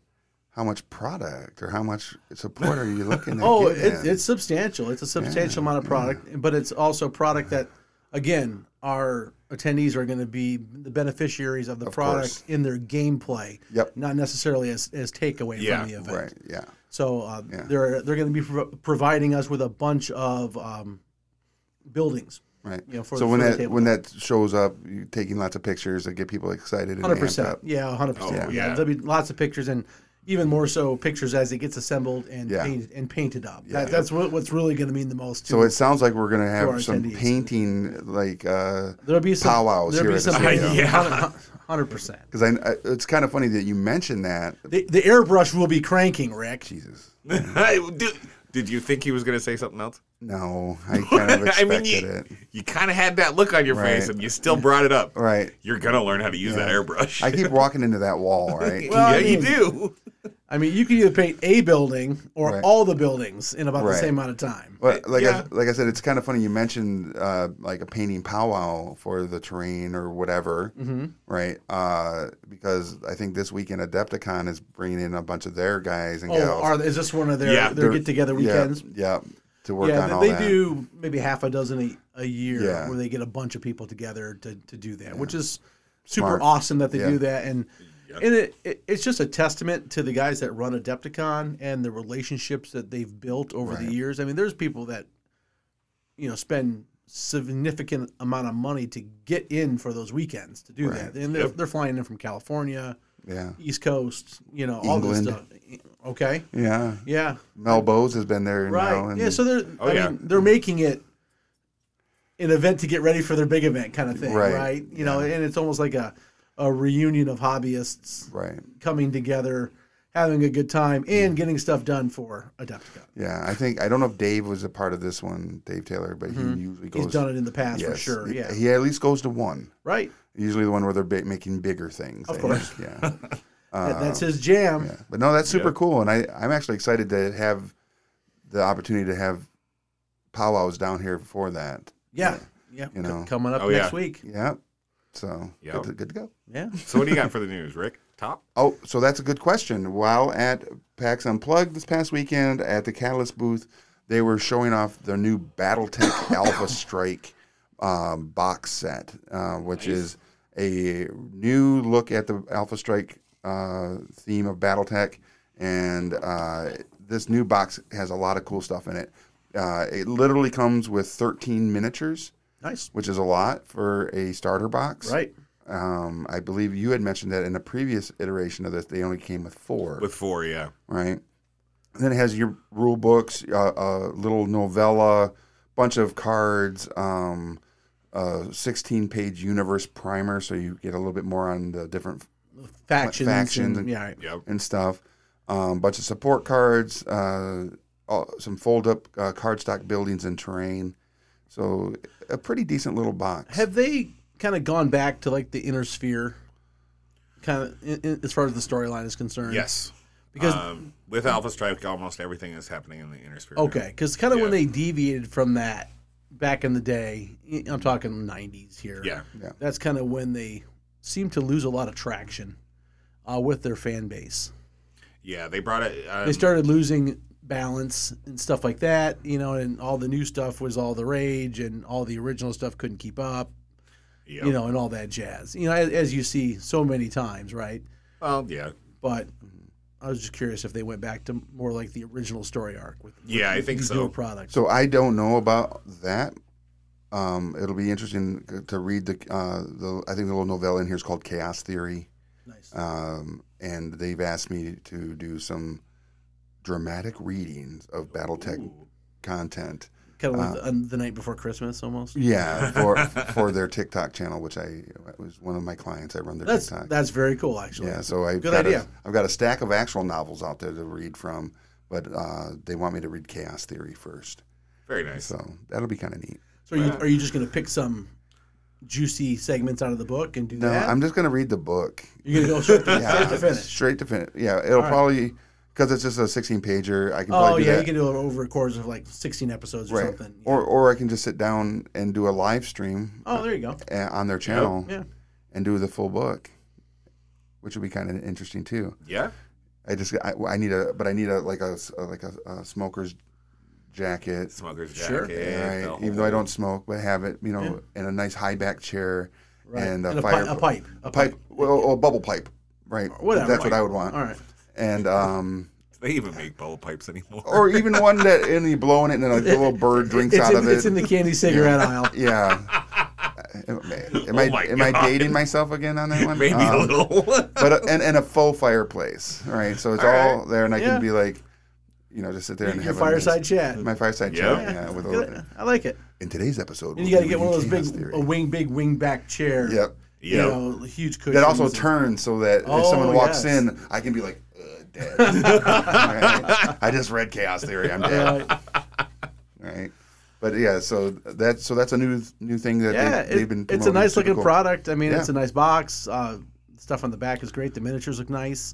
how much product or how much support are you looking at? Oh, giving it, them? it's substantial. It's a substantial amount of product, but it's also product that, again, our attendees are going to be the beneficiaries of the product course. in their gameplay. Yep. Not necessarily as, as takeaway Yeah, from the event. right. Yeah. So uh, they're they're going to be pro- providing us with a bunch of um, buildings. Right. You know, for so the- when for the that table when that shows up, you taking lots of pictures that get people excited and Hundred 100%. amped percent. up. Yeah, hundred Oh, percent. yeah. Yeah, there'll be lots of pictures and. Even more so, pictures as it gets assembled and Yeah. painted and painted up. That, that's what, what's really going to mean the most. To So it sounds like we're gonna our have some attendees. painting like uh, There'll be some powwows There'll here be at the some stadium. Yeah. hundred percent. because I, I- it's kind of funny that you mentioned that. The, the airbrush will be cranking, Rick. Jesus, did, did you think he was going to say something else? no, I kind of I expected mean, you, it. you kind of had that look on your face Right. and you still brought it up. Right. You're going to learn how to use that airbrush. I keep walking into that wall, right? yeah, I you mean- do. I mean, you can either paint a building or Right. all the buildings in about the Right. same amount of time. But like Yeah. I, like I said, it's kind of funny. You mentioned uh, like a painting powwow for the terrain or whatever, Mm-hmm. right? Uh, because I think this weekend Adepticon is bringing in a bunch of their guys and Oh, gals. are is this one of their Yeah, their They're- get together yeah, weekends? Yeah, to work Yeah, on they- all they, that. do maybe half a dozen a, a year Yeah. where they get a bunch of people together to, to do that, which is super awesome that they Yeah. do that. And and it, it it's just a testament to the guys that run Adepticon and the relationships that they've built over the years. I mean, there's people that you know spend significant amount of money to get in for those weekends to do that, and they're, they're flying in from California, Yeah, East Coast, you know, all this stuff. E, England. Okay, yeah. yeah. Mel Bowes has been there now. Right. And, Oh, Yeah. So they're. I yeah. mean, they're making it an event to get ready for their big event kind of thing, right? Right. You know, and it's almost like a a reunion of hobbyists right. Mm. coming together, having a good time, and getting stuff done for Adepticon. Yeah, I think I don't know if Dave was a part of this one, Dave Taylor, but he usually goes. Mm-hmm. He's done it in the past for Yes. sure. He- Yeah. he at least goes to one. right. Usually the one where they're ba- making bigger things. Of course. yeah. Uh, That- that's his jam. But no, that's super cool, and I I'm actually excited to have the opportunity to have powwows down here for that. Yeah. Yeah. You know. Coming up Oh, next yeah. week. Yeah. So Yeah. good, to, good to go. Yeah. So what do you got for the news, Rick? Top? Oh, so that's a good question. While at PAX Unplugged this past weekend at the Catalyst booth, they were showing off their new BattleTech Alpha Strike um, box set, uh, which is a new look at the Alpha Strike uh, theme of BattleTech, and uh, this new box has a lot of cool stuff in it. Uh, it literally comes with 13 miniatures, Nice. which is a lot for a starter box. Right. Um, I believe you had mentioned that in a previous iteration of this, they only came with four with four, yeah. right? And then it has your rule books, uh, a little novella, bunch of cards, um, a 16 page universe primer, so you get a little bit more on the different Factions. factions and- and- yeah. Right. Yep. and stuff. Um, bunch of support cards, uh, all- some fold up uh, cardstock buildings and terrain. So a pretty decent little box. Have they kind of gone back to like the inner sphere, kind of in, in, as far as the storyline is concerned? Yes. Because Um, with Alpha Strike, almost everything is happening in the inner sphere. now. Okay, because kind of when Yeah. they deviated from that back in the day, y- I'm talking 90s here. Yeah. That's kind of when they seemed to lose a lot of traction uh, with their fan base. Yeah. They brought it. Um, They started losing balance and stuff like that, you know, and all the new stuff was all the rage, and all the original stuff couldn't keep up, yep. you know, and all that jazz. You know, as, as you see so many times, right? Well, yeah. But Mm-hmm. I was just curious if they went back to more like the original story arc with, with Yeah, I think these so. newer products. So I don't know about that. Um, it'll be interesting to read the, uh, the. I think the little novella in here is called Chaos Theory. nice. um, and they've asked me to do some dramatic readings of BattleTech content. kind of like the, on the night before Christmas almost. uh, Yeah, for for their TikTok channel, which I was one of my clients. I run their That's TikTok. that's very cool, actually. yeah, so I've Good got idea. A, I've got a stack of actual novels out there to read from, but uh, they want me to read Chaos Theory first. Very nice. So that'll be kind of neat. So are you, are you just going to pick some juicy segments out of the book and do No, that? I'm just going to read the book. You're going to go straight to, Yeah, straight to finish. Straight to finish. Yeah, it'll right. probably because it's just a 16 pager. I can Oh probably do yeah, that. you can do it over a course of like 16 episodes or right. something. Or or I can just sit down and do a live stream oh, there you go. uh, on their channel Yeah. and do the full book, which would be kind of interesting too. yeah. I just I, I need a but I need a like a s- like a, a smoker's jacket, Smuggler's Sure. jacket. right? the Even though I whole- don't smoke, but have it you know in a nice high back chair Right. and a, And a pi- fire a pipe. A a pipe, well or a bubble pipe, right? Whatever. That's what I would want. All right. And um, They even make bubble pipes anymore. or even one that and you blow in it and then a little bird drinks It's out of in, it. it's in the candy cigarette aisle. yeah. Am, am Oh my I am I God. dating myself again on that one? Maybe Um, a little. but a, and, and a faux fireplace, all right? So it's all, right. there, and I Yeah. can be like, you know, just sit there and Your have fireside A, chat. nice- my fireside Yeah. chat. Yeah, with a, Good. I like it. in today's And episode, we'll E you got to be get one of those reading big, uh, chaos theory. a wing, big wing-back chair. Yep. You Yeah. know, huge cushions. That also and- turns so that if Oh, someone walks yes. in, I can be like, uh, dead. All right? I just read chaos theory. I'm dead. Right. All right. But yeah, so that's so that's a new new thing that yeah, they, it- they've been. it's a promoting. nice Super looking cool. product. I mean, Yeah. it's a nice box. Uh, stuff on the back is great. The miniatures look nice.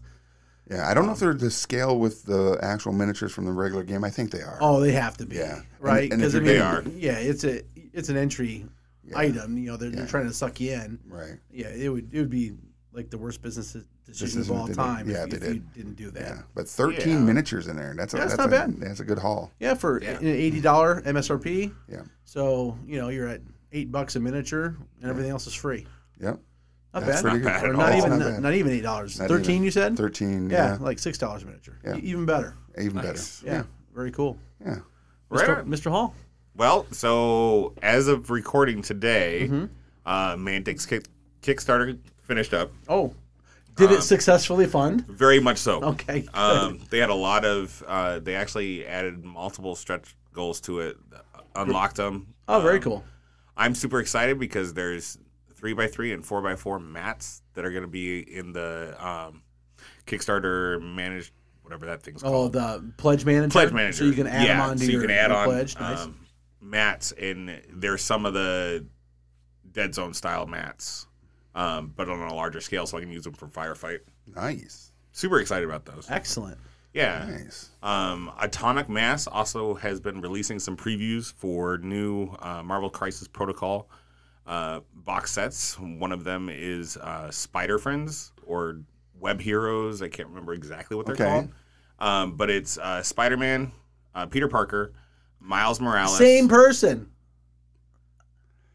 Yeah, I don't know if they're the scale with the actual miniatures from the regular game. I think they are. Oh, they have to be. Yeah. Right. And- and if 'Cause, you're They I mean, Yeah, it's a it's an entry item. You know, they're, they're trying to suck you in. Right. Yeah, it would it would be like the worst business decision Business of all if they did- time yeah, if, they if did. you didn't do that. Yeah, Yeah, but 13 Yeah. miniatures in there. That's a, Yeah, it's that's not a, bad. That's a good haul. for Yeah. an eighty dollar MSRP. Yeah. So you know you're at eight bucks a miniature, and everything else is free. Yep. Not That's bad. pretty Not good. Or bad not That's even not not, bad. even eight dollars. Not Thirteen, even. you said. 13. Yeah, Yeah. like six dollars miniature. Yeah. E- even better. Even Nice. better. Yeah, very cool. Yeah. Right Mr. on. Mr. Hall. Well, so as of recording today, Mm-hmm. uh, Mantic's kick, Kickstarter finished up. Oh, did it successfully fund? Very much so. Okay, good. Um, they had a lot of. Uh, they actually added multiple stretch goals to it. Unlocked them. Oh, very um, cool. I'm super excited because there's three by three and four by four mats that are going to be in the um, Kickstarter managed whatever that thing's Oh, called. the pledge manager. Pledge manager. So you can add yeah, them on to so your, you can add your on pledge. Nice. um, mats, and there's some of the dead zone style mats, um, but on a larger scale, so I can use them for firefight. Nice. Super excited about those. Excellent. Yeah. Nice. Um, Atomic Mass also has been releasing some previews for new uh, Marvel Crisis Protocol uh, box sets. One of them is uh, Spider Friends or Web Heroes. I can't remember exactly what they're Okay. called. Um, but it's uh, Spider Man, uh, Peter Parker, Miles Morales. Same person.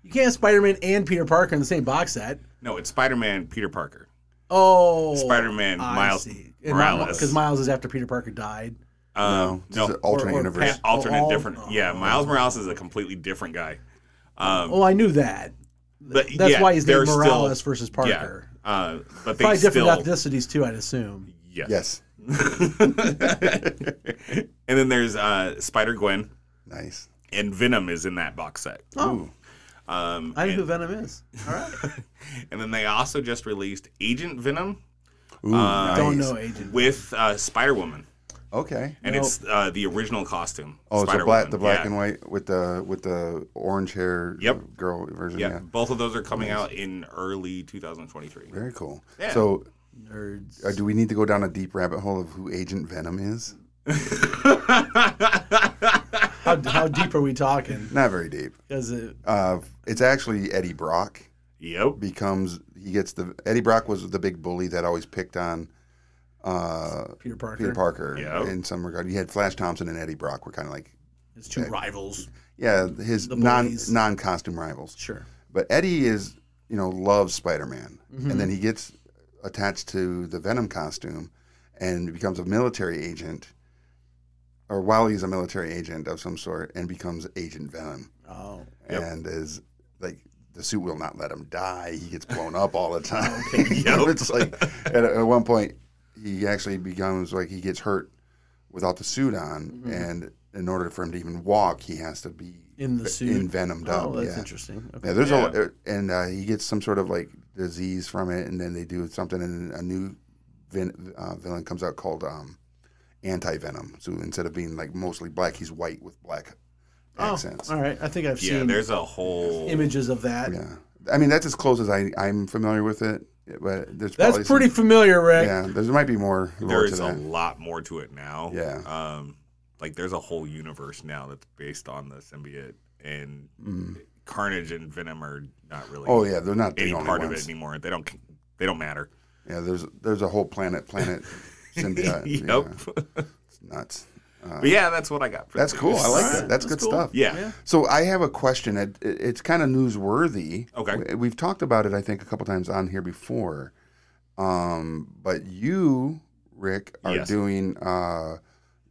You can't have Spider-Man and Peter Parker in the same box set. No, it's Spider Man, Peter Parker. Oh, Spider-Man, Miles Morales. because Miles is after Peter Parker died. Um, This no, is an alternate Or- or universe. Pat- alternate, Oh, all- different. Yeah, Miles Morales is a completely different guy. Um, Oh, I knew that. but That's yeah, why he's they're named Morales still, versus Parker. Yeah, uh, but they Probably still different ethnicities too, I'd assume. yeah. Yes. and then there's uh, Spider Gwen Nice. and Venom is in that box set. Oh, Um, I know who and, Venom is. All right, and then they also just released Agent Venom Ooh, Uh, don't nice. know Agent. with uh, Spider Woman, Okay. and Nope. it's uh, the original costume. Oh, it's the Spider-Woman. black, the black Yeah. and white with the with the orange hair Yep. girl version. Yeah, Yeah. both of those are coming out in early 2023. Very cool. Yeah. So, Nerds. uh, do we need to go down a deep rabbit hole of who Agent Venom is? How, how deep are we talking? Not very deep. Because it, Uh, it's actually Eddie Brock yep. becomes he gets the Eddie Brock was the big bully that always picked on uh, Peter Parker. Peter Parker Yep. in some regard. You had Flash Thompson and Eddie Brock were kind of like It's two rivals. yeah his The non bullies. non costume rivals. Sure. But Eddie is, you know, loves Spider Man. Mm-hmm. And then he gets attached to the Venom costume and becomes a military agent, or while he's a military agent of some sort, and becomes Agent Venom. Oh. Yep. And is like, the suit will not let him die. He gets blown up all the time. Yep. it's like, at, at one point, he actually becomes like, he gets hurt without the suit on. And in order for him to even walk, he has to be Mm-hmm. In the suit. envenomed up. Oh, that's yeah. interesting. Okay. Yeah, there's Yeah. a a and uh, he gets some sort of like disease from it, and then they do something, and a new vin, uh, villain comes out called um, Anti Venom. So instead of being like mostly black, he's white with black Oh, accents. all right. I think I've Yeah, seen there's a whole images of that. Yeah, I mean that's as close as I I'm familiar with it, but That's there's probably some- pretty familiar, Rick. yeah, there's- there might be more. lore there to is a that. lot more to it now. Yeah. Um, like there's a whole universe now that's based on the symbiote, and Carnage and Venom are not really Mm. Oh yeah, they're not the any only part of ones. it anymore. They don't they don't matter. Yeah, there's there's a whole planet planet symbiote. yep. Yeah, it's nuts. but yeah, that's what I got. For That's the cool. news. I like All that. right, That's, that's good cool. stuff. Yeah. Yeah. So I have a question. It, it- it's kind of newsworthy. Okay. We- We've talked about it, I think, a couple times on here before. Um, but you, Rick, are Yes. doing. Uh,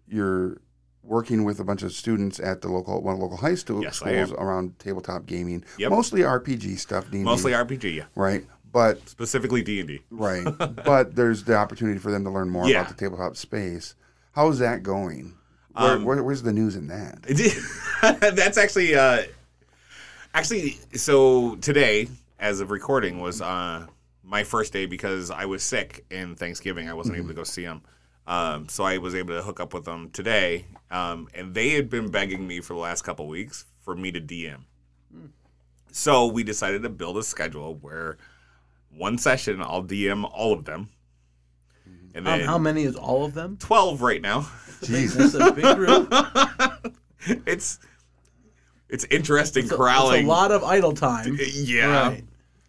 you're working with a bunch of students at the local one of the local high school Yes, I am. schools around tabletop gaming, Yep. mostly RPG stuff. d Mostly RPG, yeah. right, but Specifically D and D. right, but there's the opportunity for them to learn more Yeah. about the tabletop space. How's that going? Where, Um, where, where's the news in that? That's actually uh, actually so today, as of recording, was uh, my first day because I was sick in Thanksgiving. I wasn't able to go see them, um, so I was able to hook up with them today. Um, and they had been begging me for the last couple weeks for me to DM. So we decided to build a schedule where one session I'll DM all of them, and How, then Um, how many is all of them? twelve right now. That's a big group. That's it's it's interesting a- That's corralling. a lot of idle time. Yeah. Right.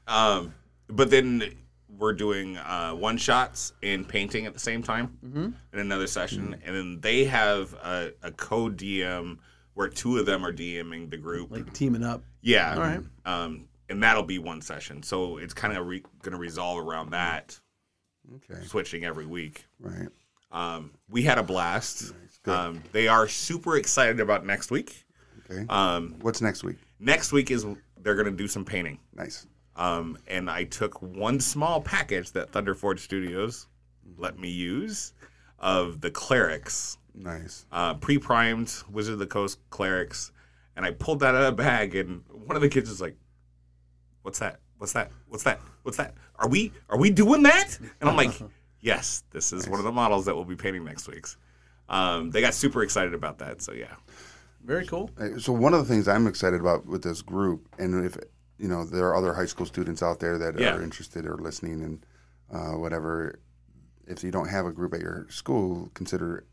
Um, but then we're doing uh, one shots and painting at the same time Mm-hmm. in another session, and then they have a, a co DM where two of them are DMing the group. Like teaming up. yeah. all right. Um, and that'll be one session. So it's kind of re- going to resolve around that, Okay, switching every week. right. Um, we had a blast. good. Um, they are super excited about next week. Okay. Um, What's next week? next week is they're going to do some painting. Nice. Um, and I took one small package that Thunderforge Studios let me use of the clerics, Nice. uh, pre-primed Wizard of the Coast clerics, and I pulled that out of a bag, and one of the kids was like, "What's that? What's that? What's that? What's that? Are we are we doing that?" And I'm like, "Yes, this is one of the models that we'll be painting next week's." Um, they got super excited about that, so yeah. Very cool. Uh, So one of the things I'm excited about with this group, and if you know there are other high school students out there that Yeah. are interested or listening and uh, whatever, if you don't have a group at your school, consider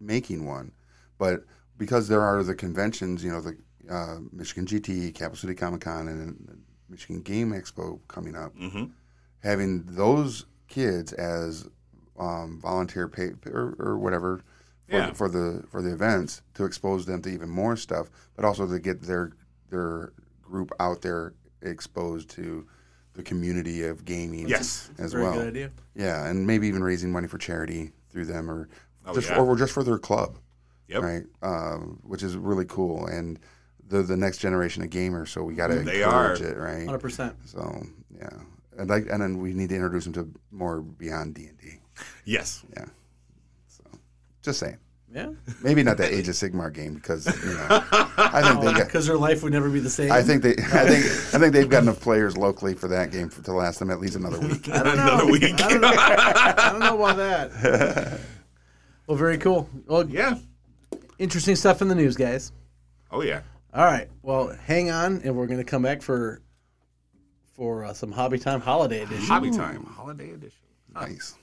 making one. But because there are the conventions, you know the uh, Michigan GT, Capital City Comic Con, and Michigan Game Expo coming up, Mhm. having those kids as um, volunteer pay or, or whatever for, Yeah. for the for the events to expose them to even more stuff, but also to get their their group out there exposed to the community of gaming. Yes. as Very well. good idea. Yeah, and maybe even raising money for charity through them, or Oh, just yeah. or just for their club, Yep. right? Um, which is really cool, and they're the next generation of gamers, so we got to They encourage are. it, right? 100%. So yeah, and like, and then we need to introduce them to more beyond D and D. Yes. Yeah, so just saying, Yeah. maybe not that Age of Sigmar game because you know, I Oh, think they got. Because their life would never be the same. I think they, I think, I think they've got enough players locally for that game for, to last them at least another week. I don't know. Another week. I don't know. I don't know about that. Well, very cool. Well, Yeah. interesting stuff in the news, guys. Oh yeah. All right. Well, hang on, and we're going to come back for for uh, some hobby time holiday edition. Hobby time. Holiday edition. Nice.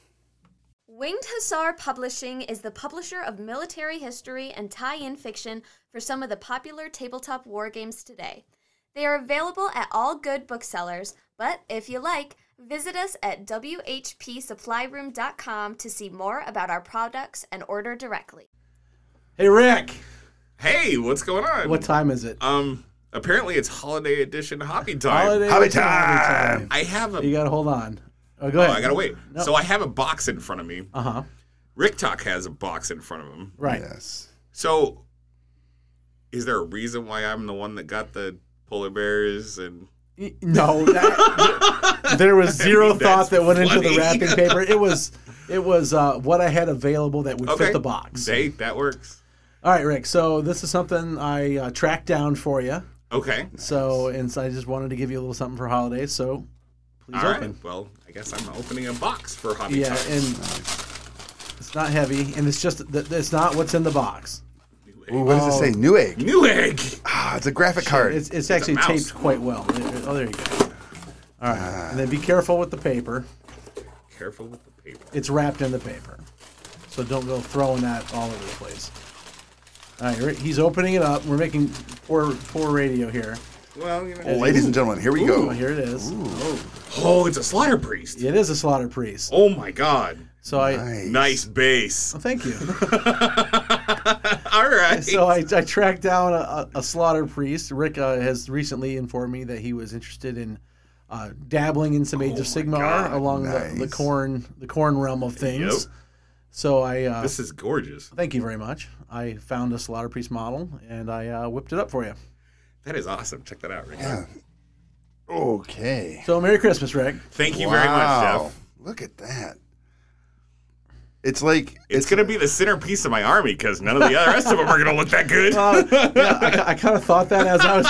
Winged Hussar Publishing is the publisher of military history and tie in fiction for some of the popular tabletop war games today. They are available at all good booksellers, but if you like, visit us at whpsupplyroom.com to see more about our products and order directly. Hey, Rick. Hey, what's going on? What time is it? Um. Apparently, it's holiday edition hobby time. Hobby edition, time. I have a. You got to hold on. Oh, go ahead. I gotta wait. No. So I have a box in front of me. Uh huh. Rick Talk has a box in front of him. Right. Yes. So, is there a reason why I'm the one that got the polar bears and? Y- No, that- there was zero mean, that's thought that went into the funny. wrapping paper. It was, it was uh, what I had available that would fit the box. Hey, that works. All right, Rick. So this is something I uh, tracked down for you. Okay. So and so I just wanted to give you a little something for holidays. So please All right. open. Well, I guess I'm opening a box for hobby Yeah, time. and it's not heavy, and it's just that it's not what's in the box. Ooh, what does it say? New egg. New egg. Ah, it's a graphic card. It's, it's actually mouse. taped quite well. Oh, there you go. All Ah. right, and then be careful with the paper. Careful with the paper. It's wrapped in the paper, so don't go throwing that all over the place. All right, Rick- he's opening it up. We're making poor poor radio here. Well, you know. Well, ladies and gentlemen, here we Oh, go. here it is. Oh, it's a slaughter priest. It is a slaughter priest. Oh my God. So I Nice base. Oh, thank you. All right. so I, I tracked down a, a, a slaughter priest. Rick uh, has recently informed me that he was interested in uh, dabbling in some Age of Sigmar Oh God, along the, the nice. corn the corn realm of things. Yep. So I uh, This is gorgeous. thank you very much. I found a slaughter priest model and I uh, whipped it up for you. That is awesome. Check that out, Rick. Okay. So Merry Christmas, Rick. Thank you very much, Jeff. Look at that. It's like It's, it's, gonna be the centerpiece of my army because none of the other rest of them are gonna look that good. Uh, yeah, I, ki- I kind of thought that as I was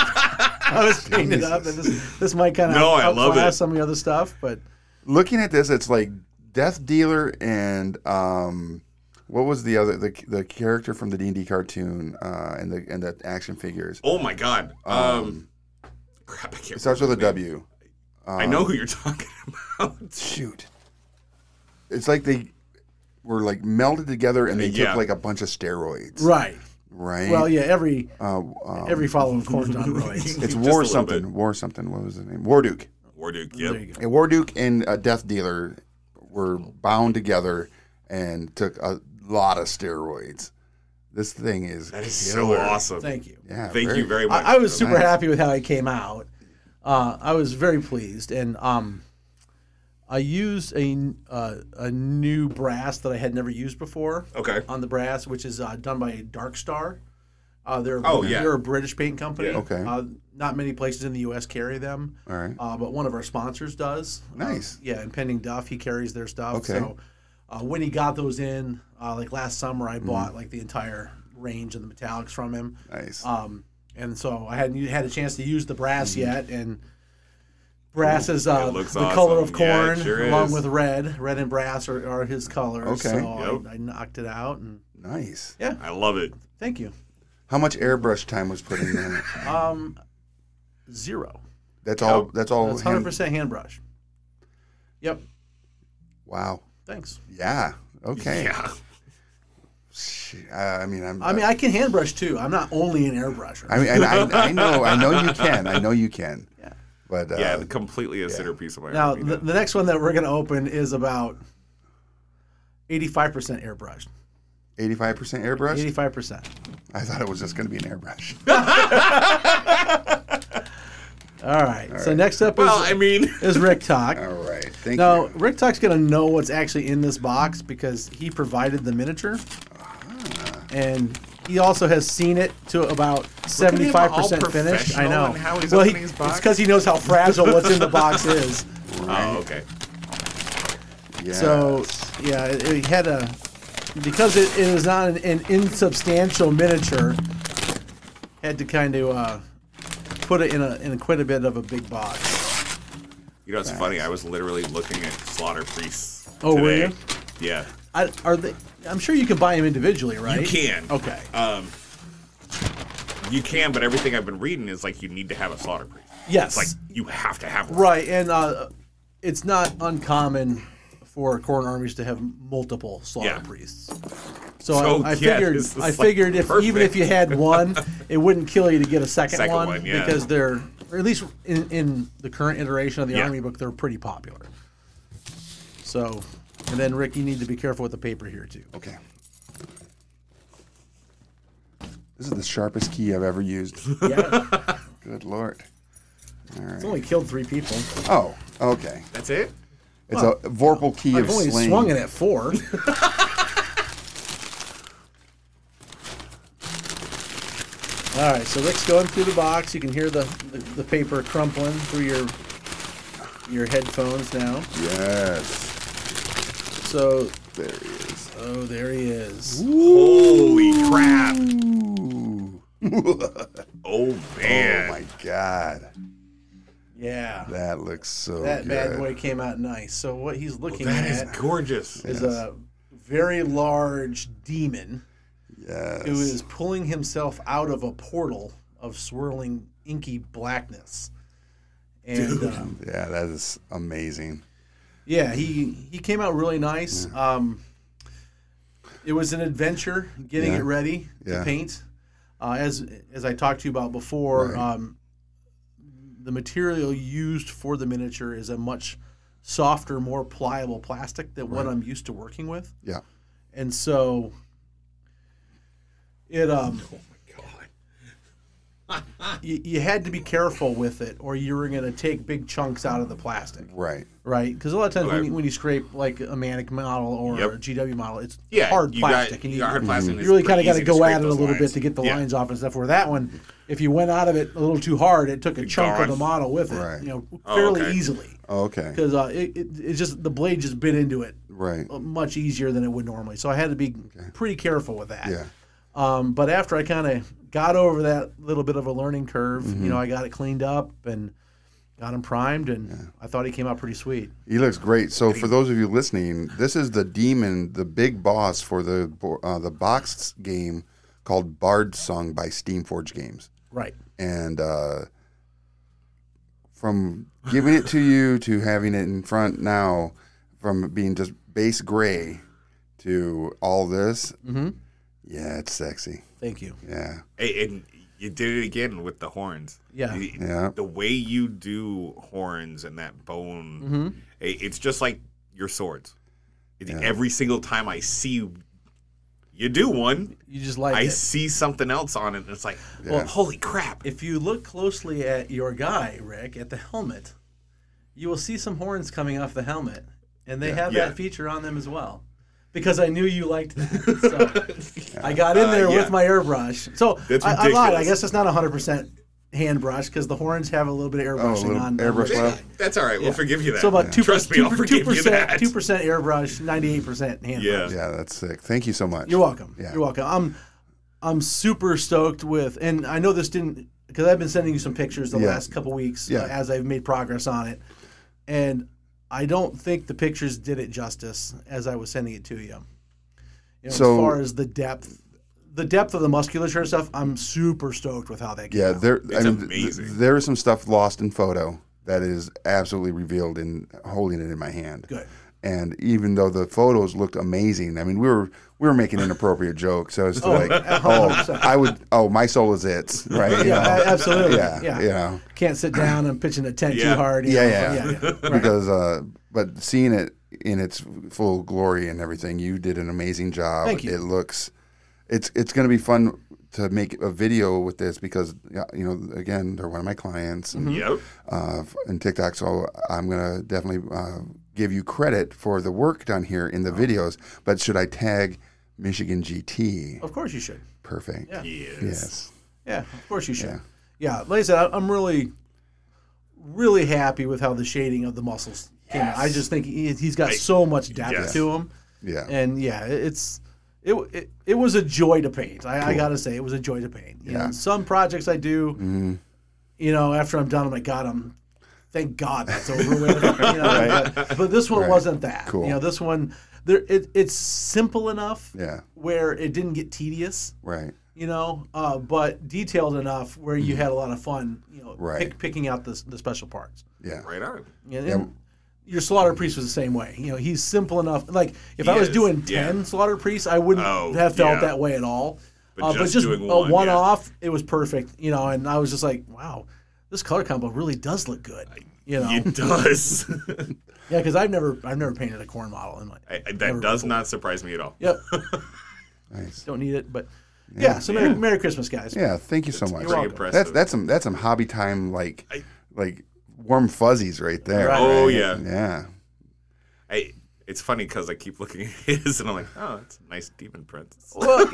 I was painting it up, and this this might kind of No, I love it. some of the other stuff, but looking at this. It's like Death Dealer and um, what was the other the, the character from the D and D cartoon uh, and the and the action figures. Oh my God. Um, crap. I It can't. starts with a W. I know who you're talking about. Shoot. It's like they were like melded together and they Yeah. took like a bunch of steroids, right. right? Well, yeah, every Oh. Uh, uh, every follower of corn on roids. it's Just a War little bit. something. War something. What was the name? War Duke. Warduke. There you Yep. go. A War Duke and a Death Dealer were bound together and took a lot of steroids. This thing is That is so killer. awesome. Thank you. Yeah, Thank you very much. I, I was super Nice. happy with how it came out. Uh, I was very pleased, and um, I used a uh, a new brass that I had never used before Okay. on the brass, which is uh, done by Dark Star. Uh, they're Oh, yeah. they're a British paint company. Yeah. Okay. Uh, not many places in the U.S. carry them. All right. Uh, but one of our sponsors does. Nice. Uh, yeah, and Pending Duff, he carries their stuff. Okay. So uh, when he got those in, uh, like last summer, Mm. I bought like the entire range of the metallics from him. Nice. Um, and so I hadn't u- had a chance to use the brass yet, and brass is uh, it the Mm-hmm. looks color of awesome. Yeah, corn it sure along is. with red. Red and brass are, are his colors. Okay. So Yep. I, I knocked it out, and nice. I love it. thank you. How much airbrush time was put in there? Um, zero. That's all. That's Oh, all. That's hand- hundred percent hand brush. Yep. Wow. Thanks. Yeah. Okay. Yeah. Shit, I I mean, I'm. I mean, I can hand brush too. I'm not only an airbrusher. I mean, and I, I know, I know you can. I know you can. Yeah. But uh, Yeah. Completely a centerpiece of my now, army. the, the next one that we're going to open is about 85% airbrushed. 85% airbrush. Eighty-five percent. I thought it was just going to be an airbrush. All right. so next up Well, is I mean, is Rick Talk. All right. Thank Now, you. Rick Tuck's going to know what's actually in this box because he provided the miniature. Ah. And he also has seen it to about at him, all 75% finished. I professional know. in how he's well, he, opening his it's box. because he knows how fragile what's in the box is. oh, okay. Yes. So, yeah, it, it had a. Because it, it was not an, an insubstantial miniature, had to kind of uh, put it in a in quite a bit of a big box. You know, it's funny. I was literally looking at Slaughter Priests. Oh, were today. you? Yeah. I, are they? I'm sure you can buy them individually, right? You can. Okay. You can, but everything I've been reading is like you need to have a Slaughter Priest. yes. Like you have to have one. Right, and uh, it's not uncommon for corn armies to have multiple slaughter Yeah. priests. So, So, I, I yeah, figured, this is, I like, figured if even if perfect. you had one, it wouldn't kill you to get a second, Second one, one, yeah. because they're, or at least in, in the current iteration of the Yeah. army book, they're pretty popular. So, and then Rick, you need to be careful with the paper here too. okay. This is the sharpest key I've ever used. Yeah, Good lord. it's only killed three people. Oh, okay. That's it. It's a Vorpal key I've of only sling. swung it at four. All right, so Rick's going through the box. You can hear the, the, the paper crumpling through your your headphones now. Yes. So, There he is. oh, there he is. Holy crap! Ooh. Oh Oh man. my god. Yeah, that, That looks so good. bad boy came out nice. So what he's looking that is at Oh, gorgeous. is a very large demon Yes. who is pulling himself out of a portal of swirling inky blackness. And uh, um, Yeah, that is amazing. Yeah, he he came out really nice. Um, it was an adventure getting Yeah. it ready Yeah. to paint. Uh, as as I talked to you about before, Right. um, the material used for the miniature is a much softer, more pliable plastic than what I'm used to working with, Yeah. and so it um. You, you had to be careful with it, or you were going to take big chunks out of the plastic Right. right? Because a lot of times when, Okay. you, when you scrape like a manic model or Yep. a GW model, it's Yeah, hard you plastic, and Got, you you, got hard plastic. and you it's really kind pretty of got to easy go scrape at it a those little lines. bit to get the Yeah. lines off and stuff. Where that one, if you went out of it a little too hard, it took a chunk gone. of the model with it, Right. you know, Oh, fairly okay. easily Oh, Okay. because uh, it, it it's just the blade just bit into it uh, Right. much easier than it would normally. So I had to be pretty careful with that. Yeah. Um, but after I kind of got over that little bit of a learning curve, you Mm-hmm. know, I got it cleaned up and got him primed, and I thought he came out pretty sweet. He looks great. So for those of you listening, this is the demon, the big boss for the bo- uh, the box game called Bard Song by Steamforge Games. Right. and uh, from giving it to you to having it in front now, from being just base gray to all this, mm-hmm. yeah, it's sexy. Thank you. Yeah, Hey, and you did it again with the horns. Yeah. You- Yeah. The way you do horns and that bone, Mm-hmm. i- it's just like your swords. It- Every single time I see you, you do one, You just like I it. see something else on it, and it's like, Yeah. holy crap. If you look closely at your guy, Rick, at the helmet, you will see some horns coming off the helmet, and they have Yeah. that feature on them as well. Because I knew you liked that, so I got in there Uh, yeah. with my airbrush. So That's I, I lied. I ridiculous. guess it's not 100 percent hand brush because the horns have a little bit of airbrushing little on airbrush on the left. That's all right. Oh, We'll forgive you that. So about two Trust me, I'll forgive you that. two percent airbrush, 98 percent hand brush. yeah. yeah, that's sick. Thank you so much. You're welcome. Yeah. You're welcome. I'm I'm super stoked with, and I know this didn't because I've been sending you some pictures the Yeah. last couple weeks uh, Yeah. as I've made progress on it, and I don't think the pictures did it justice as I was sending it to you. You know, So- as far as the depth, the depth of the musculature and stuff, I'm super stoked with how that. Came Yeah, out. there. I It's mean, th- amazing. there is some stuff lost in photo that is absolutely revealed in holding it in my hand. Good. And even though the photos looked amazing, I mean, we were we were making inappropriate jokes. So it's like, oh, 100%. I would, oh, my soul is it, right? You yeah, know? a- absolutely. yeah, yeah. you know, Can't sit down. I'm pitching a tent Yeah. too hard. you Yeah, know. yeah. yeah, yeah. because uh, but seeing it in its full glory and everything. You did an amazing job. Thank you. It looks it's it's going to be fun to make a video with this because yeah, you know again they're one of my clients and, Yep. Mm-hmm. uh, and TikTok. So I'm going to definitely uh, give you credit for the work done here in the Oh. videos. But should I tag Michigan GT? Of course you should. Perfect. Oh, Yeah. Yes. Yes. Yeah, of course you should. Yeah, like I said, I- I'm really, really happy with how the shading of the muscles came out. I just think he, he's got so much depth yes. to him. Yeah. And yeah, it- it's it, it it was a joy to paint. I, I gotta say, it was a joy to paint. You know, Yeah. Mm-hmm. some projects I do, you know, after I'm done, I'm like, God, I'm thank God that's over with. You know, but, but this one wasn't that. Cool. You know, this one there it, it's simple enough Yeah. where it didn't get tedious Right. you know, uh, but detailed enough where you had a lot of fun, you know, Right. pick, picking out the, the special parts. Yeah. Right on. And, and your slaughter priest was the same way. You know, he's simple enough. Like if I was is, doing yeah. ten slaughter priests, I wouldn't Oh, have felt yeah. that way at all. But uh, just but just doing a one, yeah. off, it was perfect. You know, and I was just like, wow, this color combo really does look good. You know, It does. yeah, because I've never I've never painted a corn model in my. I, I- that does not surprise me at all. Yep, Nice. don't need it, but yeah. so Merry, Merry Christmas, guys. Yeah. Thank you so much. Pretty impressive. That's that's some that's some hobby time like I- like warm fuzzies right there. Right. Oh, right? yeah. Yeah. I, it's funny because I keep looking at his and I'm like, oh, that's a nice demon print. Well,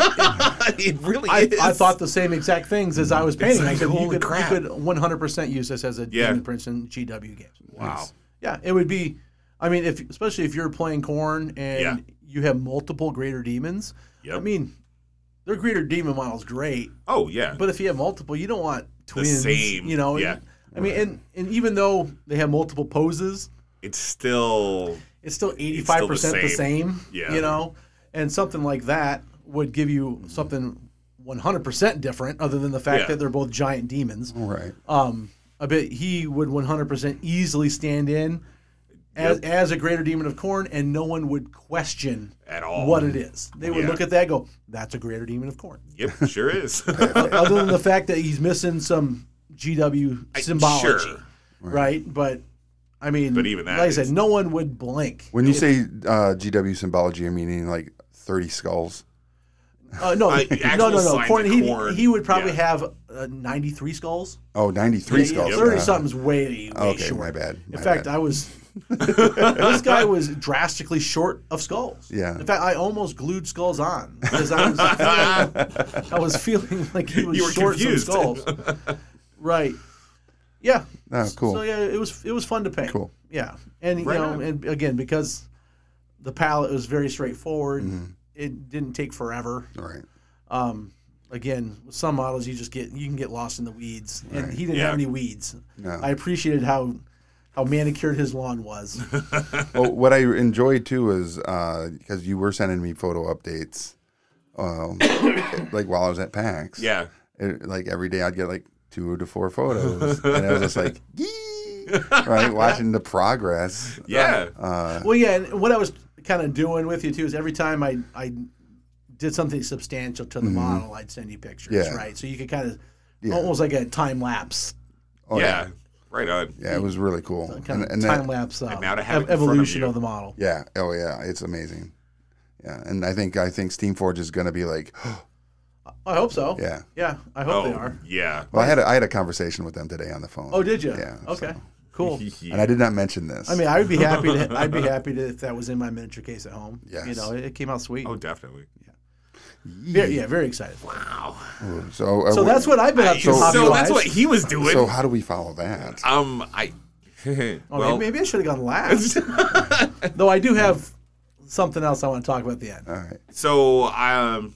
it really I, is. I thought the same exact things as I was painting. like, I said, you holy could, crap. you could 100% use this as a Yeah. Demon Prince in GW games. Wow. Yeah, it would be. I mean, if especially if you're playing Corn and Yeah. you have multiple Greater Demons. I Yep. mean, their Greater Demon model's great, Oh yeah. but if you have multiple, you don't want twins. same, You know. yeah. I mean, and, and even though they have multiple poses, it's still it's still 85% still the the, same, Yeah. Mm-hmm. you know and something like that would give you something 100% different other than the fact Yeah. that they're both giant demons All right. um, i bet he would 100% easily stand in as, as a greater demon of corn and no one would question at all. what it is they would Yeah. look at that and go that's a greater demon of corn Yep, sure is. other than the fact that he's missing some gw symbology sure. right. but i mean But even that like i is- said no one would blink When you say uh, GW symbology, I mean like thirty skulls. Uh, no, Uh, no, actual no, no. signs Corn, of he, corn, he would probably yeah. have uh, 93 skulls. Oh, 93 Yeah, skulls. 30 Uh, something's way, way Okay, short. my bad. In fact, I was. this guy was drastically short of skulls. Yeah. In fact, I almost glued skulls on because I was, I was feeling like he was You were short confused. some skulls. right. Yeah. Oh, cool. So yeah, it was it was fun to paint. Cool. Yeah, and you Right know, on. and again because the palette was very straightforward. Mm-hmm. It didn't take forever. All right. Um, again, with some models you just get you can get lost in the weeds, and he didn't Yeah. have any weeds. No. I appreciated how how manicured his lawn was. Well, what I enjoyed too is because you were sending me photo updates, um, like while I was at PAX. yeah. It- like every day, I'd get like two to four photos, and I was just like, "Yee!" right, watching the progress. Uh, Yeah. well, yeah, and what I was kind of doing with you too is every time I I did something substantial to the model, I'd send you pictures, Mm-hmm. Yeah. right? So you could kind of almost like a time lapse Oh, yeah. Right on. yeah, it was really cool. kind of And- and that- time lapse uh, now to have ev- it in front of evolution you. of, the model. Yeah. Oh yeah, it's amazing. Yeah, and I think I think Steamforge is going to be like, I hope so. yeah. Yeah, I hope they Oh are. yeah. Well, I had a, I had a conversation with them today on the phone. Oh, did you? Yeah. so- Okay. Cool. And I did not mention this. I mean, I would be happy to. I'd be happy to if that was in my miniature case at home. You Yes. know, it, it came out sweet. oh, definitely. Very, yeah, very excited. Wow. so uh, So that's what I've been up to. So, hobby-wise. that's what he was doing. So how do we follow Uh, that? um, I. Oh, well, maybe, maybe I should have gone last. Though I do have something else I want to talk about at the end. All right. so um,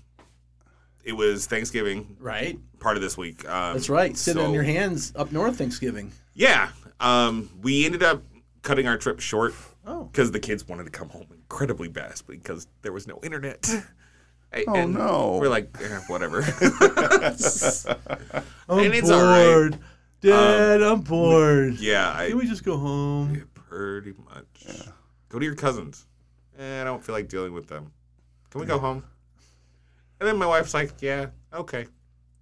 it was Thanksgiving Right. part of this week. Um, That's right. Sitting so- on your hands up north Thanksgiving. Yeah. Um, we ended up cutting our trip short Oh. because the kids wanted to come home incredibly fast because there was no internet. A- Oh, and no. We're like, eh, whatever. I'm And it's all right. Um, bored. Dad, I'm bored. yeah, Can I we just go home? pretty much. Go to your cousins. Eh, I don't feel like dealing with them. Can we go home? And then my wife's like, yeah, okay.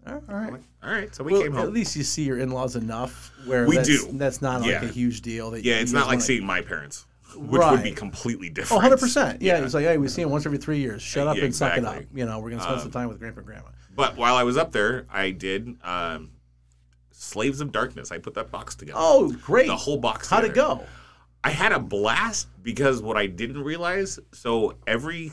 All I'm like, all right. So we Well, came at home. least you see your in-laws enough where We that's, do. that's not like Yeah. a huge deal. That yeah, you it's guys not like wanna- seeing my parents. which would be Right. completely Oh, different. 100%. Yeah, he's like, hey, we see him once every three years. Shut up Yeah, and suck it up. exactly. Um, You know, we're going to spend some time with grandpa and grandma. But while I was up there, I did um, Slaves of Darkness. I put that box together. Oh, great. the whole box. How'd it together. go? I had a blast because what I didn't realize, so every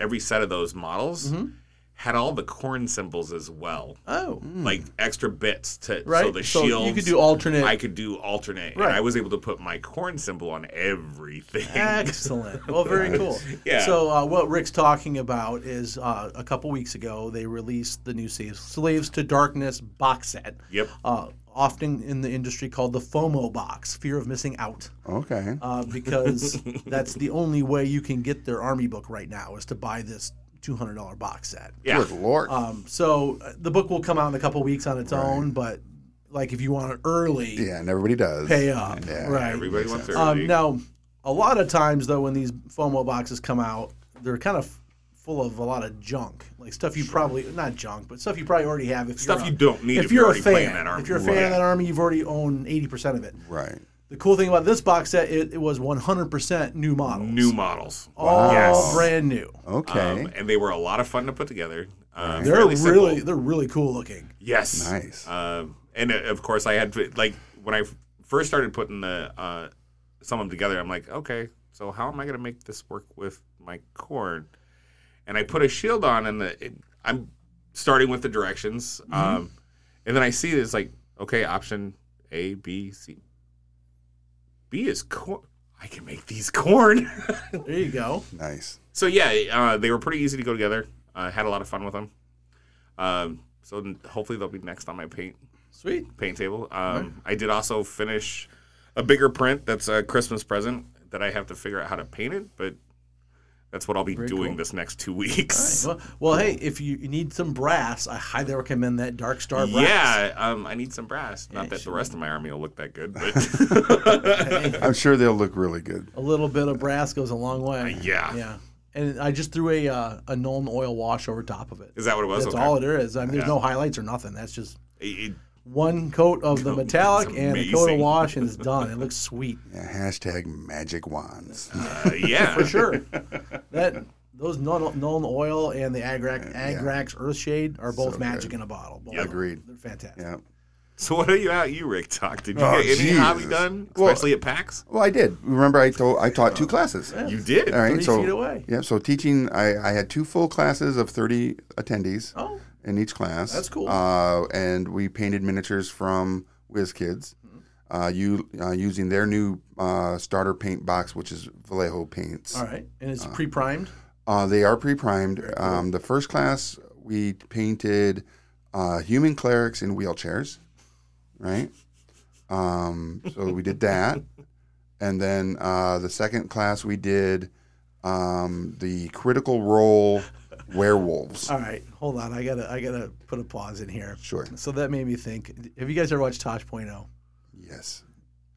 every set of those models Mm-hmm. had all the corn symbols as well, Oh, like extra bits to right. so the shields. you could do alternate. I could do alternate, Right. and I was able to put my corn symbol on everything. Excellent. Well, very cool. Yeah. So uh, what Rick's talking about is uh, a couple weeks ago they released the new Slaves, Slaves to Darkness box set. Yep. Uh, often in the industry called the FOMO box, fear of missing out, Okay. uh, because that's the only way you can get their army book right now is to buy this two hundred dollar box set. yeah. Good lord. Um, so uh, the book will come out in a couple weeks on its own, but like if you want it early, yeah, and everybody does. pay up. Yeah, right. Everybody wants their Um, now, a lot of times though, when these FOMO boxes come out, they're kind of full of a lot of junk, like stuff you probably not junk, but stuff you probably already have. If stuff you're you a, don't need if, if, you're, a already playing fan, that army. if you're a fan of that army, you've already owned eighty percent of it. Right. The cool thing about this box set, it, it was one hundred percent new models, New models. all Yes. brand new. Oh, Okay. Um, and they were a lot of fun to put together. Um, They're really, fairly simple. they're really cool looking. Yes. Nice. Um, and uh, of course, I had to, like when I f- first started putting the uh, some of them together. I'm like, okay, so how am I going to make this work with my corn? And I put a shield on, and the it, I'm starting with the directions. Mm-hmm. Um, and then I see it's like, okay, option A, B, C. B is corn. I can make these corn. There you go. nice. So yeah, uh, they were pretty easy to go together. uh, had a lot of fun with them. Um, so n- hopefully they'll be next on my paint Sweet. paint table. Um, I did also finish a bigger print that's a Christmas present that I have to figure out how to paint it, but that's what I'll be doing this next two weeks. Well, well hey, if you need some brass, I highly recommend that Dark Star brass. Yeah, um, I need some brass. Not that the rest of my army will look that good, but I'm sure they'll look really good. A little bit of brass goes a long way. yeah. Yeah. And I just threw a uh, a Nuln oil wash over top of it. is that what it was? That's Okay. all it is. I mean, there's no highlights or nothing. That's just It- it- one coat of the metallic It's and a coat of amazing. wash, and it's done. It looks sweet Yeah, hashtag magic wands. uh, yeah, for sure. That those Nuln, Nuln oil and the Agrax Agrax Earthshade are both magic in a bottle. Both of them. Agreed. They're fantastic. yeah. So what are you out? You Rick talk? Did you Oh, get any hobby Jesus. done, Well- especially at PAX? Well, I did. Remember, I told I taught Oh. two classes. You did. All right. 30 so feet away. yeah. So teaching, I, I had two full classes of 30 attendees Oh, in each class. That's cool. Uh, and we painted miniatures from Whiz Kids. Mm-hmm. Uh, you uh, using their new uh, starter paint box, which is Vallejo paints. all right. And it's pre primed. Uh, they are pre-primed. Um, the first class we painted uh, human clerics in wheelchairs, right? Um, so we did that, and then uh, the second class we did um, the critical role werewolves. All right, hold on. I gotta I gotta put a pause in here. Sure. So that made me think. Have you guys ever watched Oh? Tosh.0? Are Yes.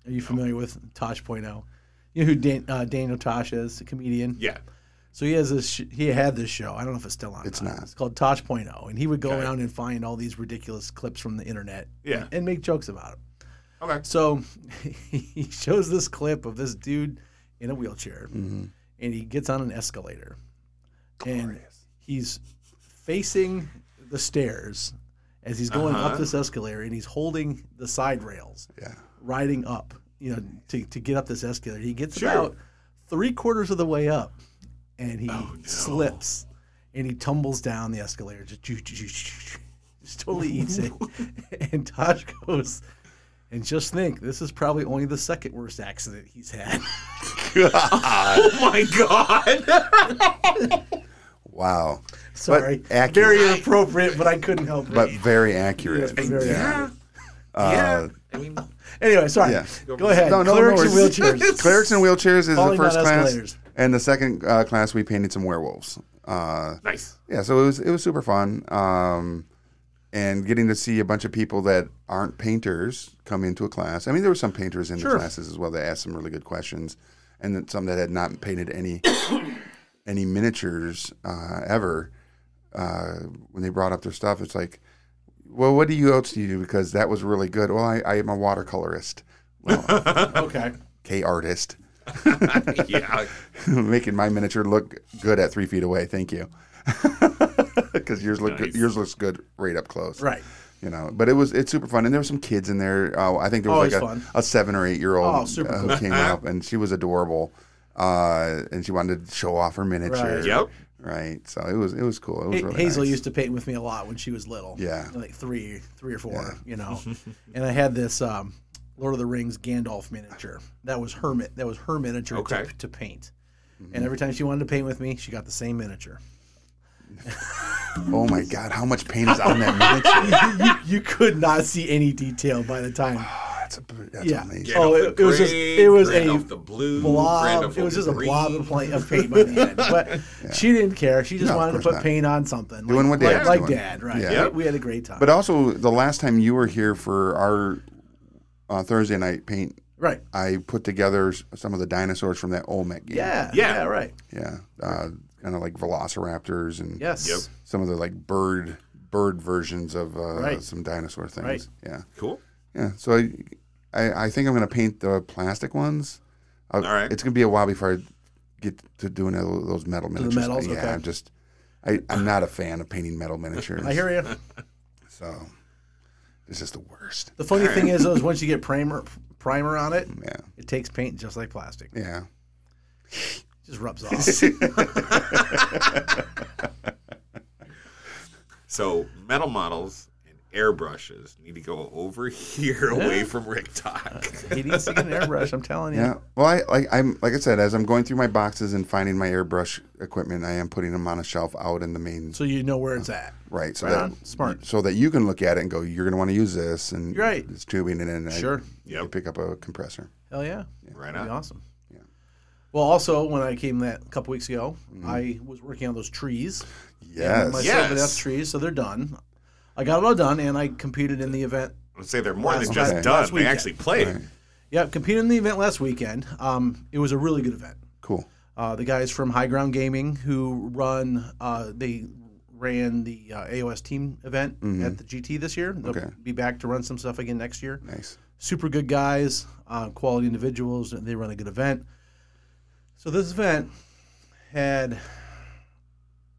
you familiar with Tosh.0? You know who Dan, uh, Daniel Tosh is, a comedian. Yeah. So he has this. Sh- he had this show. I don't know if it's still on. It's not. It's called Tosh.0, and he would go Okay. around and find all these ridiculous clips from the internet. Yeah. And, and make jokes about them. Okay. So he shows this clip of this dude in a wheelchair, and he gets on an escalator, and he's facing the stairs as he's going up this escalator, and he's holding the side rails, Yeah. riding up, you know, to, to get up this escalator. He gets about three quarters of the way up, and he slips, and he tumbles down the escalator, just, choo- choo- choo- choo- choo. just totally eats it. and Tosh goes. And just think, this is probably only the second worst accident he's had. Oh my god. Wow. Sorry, accurate. very inappropriate, but I couldn't help it. But very accurate. Yes, very yeah. Uh, yeah. I mean, anyway, sorry. Yeah. Go ahead. No, no, Clerics no, and it's- wheelchairs. Clerics in wheelchairs is Falling the first down class, escalators. and the second uh, class we painted some werewolves. Uh, nice. yeah, so it was it was super fun, um, and getting to see a bunch of people that aren't painters come into a class. I mean, there were some painters in the classes as well that asked some really good questions, and then some that had not painted any any miniatures uh, ever. Uh, when they brought up their stuff, it's like, well, what do you else do you do? Because that was really good. Well, I, I am a watercolorist, well, Okay. K artist. yeah. making my miniature look good at three feet away. Thank you, because yours look good, Nice. yours looks good right up close. Right. You know, but it was it's super fun, and there were some kids in there. Uh, I think there Always was like fun. a, a seven or eight year old Oh, super uh, cool. who came up, and she was adorable, uh, and she wanted to show off her miniature. Right. Yep. Right. So it was it was cool. It was Ha- really Hazel nice. used to paint with me a lot when she was little. Yeah. like three, three or four, you know. and I had this um, Lord of the Rings Gandalf miniature. That was her. mi- That was her miniature to- Okay. to, paint. Mm-hmm. And every time she wanted to paint with me, she got the same miniature. Oh my God! How much paint is on that miniature? You could not see any detail by the time. That's, a, that's Yeah. amazing. Oh, it, it was just Gray, it was Gandalf a the blue, blob. Gandalf It was the just a green. blob of, pla- of paint by the end. But she didn't care. She just No, of wanted to course put not. paint on something. Doing like, what like- Dad's like, doing. dad, right? Yeah. We, we had a great time. But also, the last time you were here for our uh, Thursday night paint right? I put together s- some of the dinosaurs from that Olmec game. Yeah, yeah, Yeah. right. Yeah. Uh, kind of like velociraptors and Yes. Yep. some of the like bird bird versions of uh, Right. some dinosaur things. Right. Yeah. Cool. Yeah. So I, I, I think I'm going to paint the plastic ones. i All right. It's going to be a while before I get to doing tho- those metal miniatures. metals, yeah. okay. I'm just, I, I'm not a fan of painting metal miniatures. I hear you. So this is the worst. The funny thing is, though, is once you get primer primer on it, Yeah. it takes paint just like plastic. It Yeah. just rubs off. So metal models and airbrushes need to go over here away from Rick Talk. he needs to get an airbrush. I'm telling you. Yeah. Well, I like I'm like I said, as I'm going through my boxes and finding my airbrush equipment, I am putting them on a shelf out in the main So you know where it's at. right, so Right that on. Smart. so that you can look at it and go, you're going to want to use this and You're right. it's tubing and then Sure. I, you Yep. pick up a compressor. Hell yeah. right That'd be on. awesome. Well, also when I came that a couple weeks ago, I was working on those trees. Yes. My Yeah. yes. Yes. trees, so they're done. I got it all done, and I competed in the event I would say they're more Last than just weekend. done. Last They weekend. actually played. Yeah, competed in the event last weekend. Um, it was a really good event. Cool. Uh, the guys from High Ground Gaming who run, uh, they ran the uh, AOS team event at the GT this year. They'll Mm-hmm. Okay. be back to run some stuff again next year. Nice. Super good guys, uh, quality individuals, and they run a good event. So this event had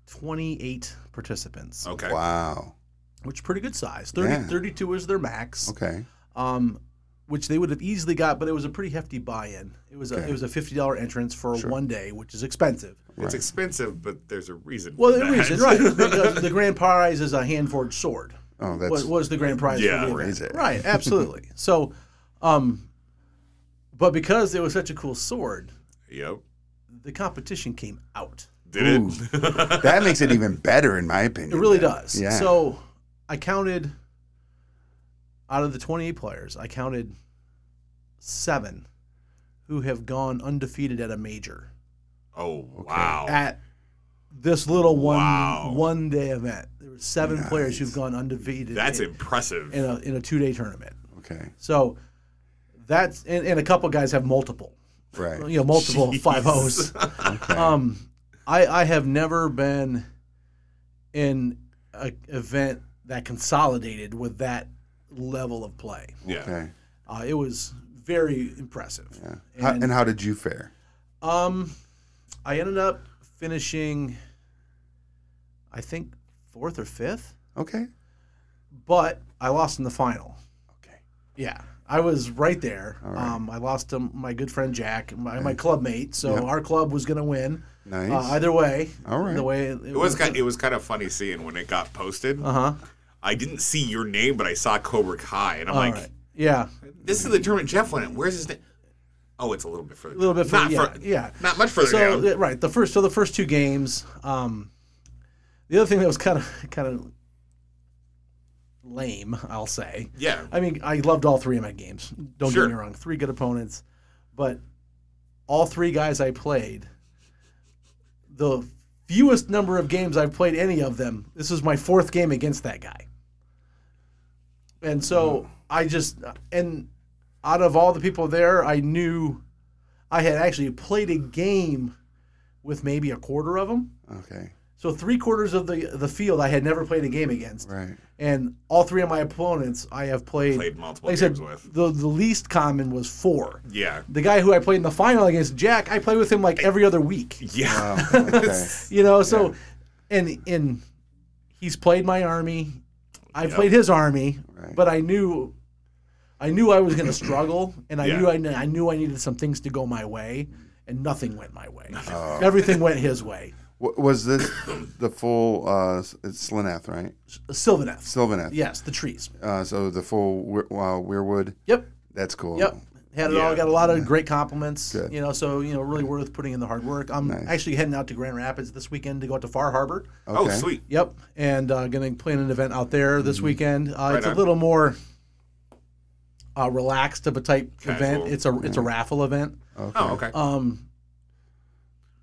28 participants, Okay. Wow. which is pretty good size. 30, Yeah. 32 is their max Okay. um, which they would have easily got, but it was a pretty hefty buy-in. It was a, Okay. it was a fifty dollar entrance for one day, which is expensive. It's expensive, but there's a reason. Well, for the that. reason, right? Because the grand prize is a hand forged sword. Oh, that's Was, was the grand prize? Yeah. for the Is it? right? Absolutely. so, um, but because it was such a cool sword, Yep. the competition came out. Did it? that makes it even better in my It opinion. really does. Yeah. So, I counted out of the twenty eight players, I counted seven who have gone undefeated at a major. oh wow. at this little one Wow. one day event. There were seven players who've gone undefeated. That's in, impressive. in a in a two day tournament. Okay. So that's and, and a couple guys have multiple, Right. you know, multiple five O's. Um, I I have never been in a event that consolidated with that level of play. yeah. Okay. Uh, it was very impressive. Yeah. How, And- and, how did you fare? Um, I ended up finishing, I think fourth or fifth, Okay. but I lost in the final. Okay. Yeah, I was right there. right. Um, I lost to my good friend Jack, my, my club mate. So Yep. our club was gonna win. Nice. Uh, either way, All right. The way It was kind. It was kind of funny seeing when it got posted. Uh huh. I didn't see your name, but I saw Cobra Kai, and I'm All like, right. Yeah, "This is the tournament Jeff went in. Where's his name? Oh, it's a little bit further. a little bit. Not Further, yeah, fur- yeah. Not much further so uh, down. yeah, right the first so the first two games um the other thing that was kind of kind of lame i'll say yeah. i mean i loved all three of my games don't Sure. get me wrong three good opponents but all three guys i played the fewest number of games i've played any of them this is my fourth game against that guy and so Mm-hmm. i just and out of all the people there i knew I had actually played a game with maybe a quarter of them. okay. So three quarters of the the field I had never played a game against, Right. and all three of my opponents I have played. Played multiple like I games said, with. The the least common was four. Yeah. The guy who I played in the final against, Jack, I played with him like every other week. Yeah. Oh, okay. You know, so and and he's played my army. I Yep. played his army, Right. but I knew I knew I was going to struggle and I Yeah. knew I, kn- I knew I needed some things to go my way and nothing went my way. Everything went his way. Wa- was this the full? Uh, s- it's Slineth, right? Sylvaneth. Sylvaneth. Yes, the trees. Uh, so the full we- uh, weirwood. Yep. That's cool. Yep. Had it all. Yeah. Got a lot of great compliments. Good. You know, so you know, really worth putting in the hard work. I'm actually heading out to Grand Rapids this weekend to go out to Far Harbor. Oh, Okay. sweet. Yep, and uh, going to plan an event out there this weekend. Uh, it's a Mm-hmm. on. little more uh, relaxed of a type Casual. event. It's a it's a raffle event. Okay. Oh, okay. Um,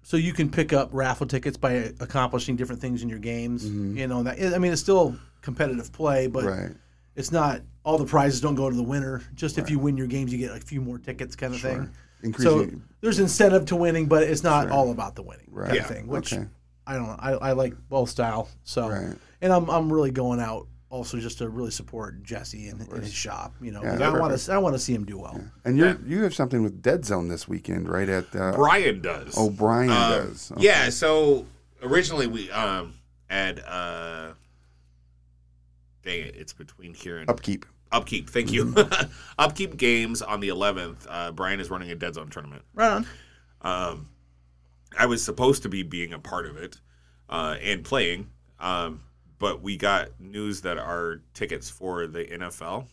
so you can pick up raffle tickets by accomplishing different things in your games. Mm-hmm. You know, and that I mean, it's still competitive play, but Right. it's not all the prizes don't go to the winner. Just if you win your games, you get a few more tickets, kind of thing. So Increasing. there's incentive to winning, but it's not all about the winning Right. kind of Yeah. thing. Which Okay. I don't know. I, I like both style. So Right. and I'm I'm really going out also just to really support Jesse and, and his shop. You know, 'cause Yeah. I want to I want to see him do well. and you are you have something with Dead Zone this weekend, right? At uh, Brian does. oh, O'Brien Um, does. Yeah, so originally we um at uh dang it, it's between here and Upkeep. upkeep. Thank you. upkeep games on the 11th. Uh, Brian is running a dead zone tournament. Right on. Um, I was supposed to be being a part of it uh, and playing, um, but we got news that our tickets for the NFL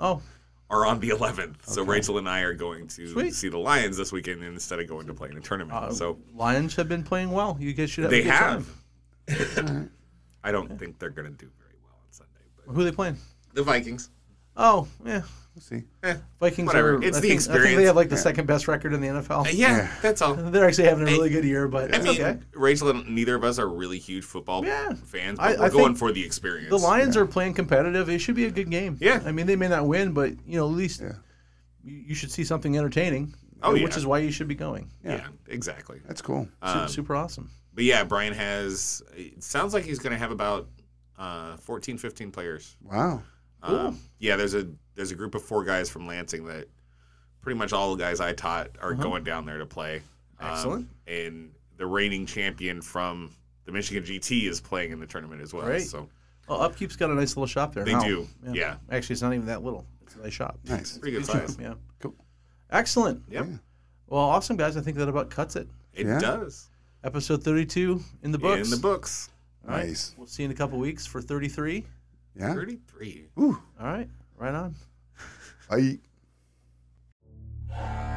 Oh, are on the 11th. So Rachel and I are going to Sweet. see the Lions this weekend instead of going to playing a tournament. so Lions have been playing well. You guys should have. they a good have. Time. I don't think they're going to do very well on Sunday. But Who are they playing? the Vikings. Oh, yeah. We'll see. Eh. Vikings Whatever. are. It's I think, I the think experience. they have like the second best record in the NFL. Uh, Yeah, that's all. They're actually having a really good year, but I it's mean, okay. Rachel and neither of us are really huge football Yeah. fans, I- but we're I going think for the experience. the Lions are playing competitive. It should be a good game. Yeah. I mean, they may not win, but you know, at least Yeah. you, you should see something entertaining. Oh, which yeah. Um, is why you should be going. Yeah, exactly. That's cool. Su- super awesome. But yeah, Brian has. It sounds like he's going to have about uh, 14, 15 players. Wow. Um, yeah, there's a there's a group of four guys from Lansing that pretty much all the guys I taught are going down there to play. Um, Uh-huh. Excellent. and the reigning champion from the Michigan GT is playing in the tournament as well. Great. So Well, Oh, Upkeep's got a nice little shop there. they Wow. do. Yeah. Actually, it's not even that little. It's a nice shop. Nice. Pretty good size. Yeah. Cool. Excellent. Yep. Well, awesome, guys. I think that about cuts it. It Yeah. does. Episode 32 in the books. In the books. All right. Nice. We'll see you in a couple weeks for 33. Yeah. 33. Ooh. All right. Right on. I.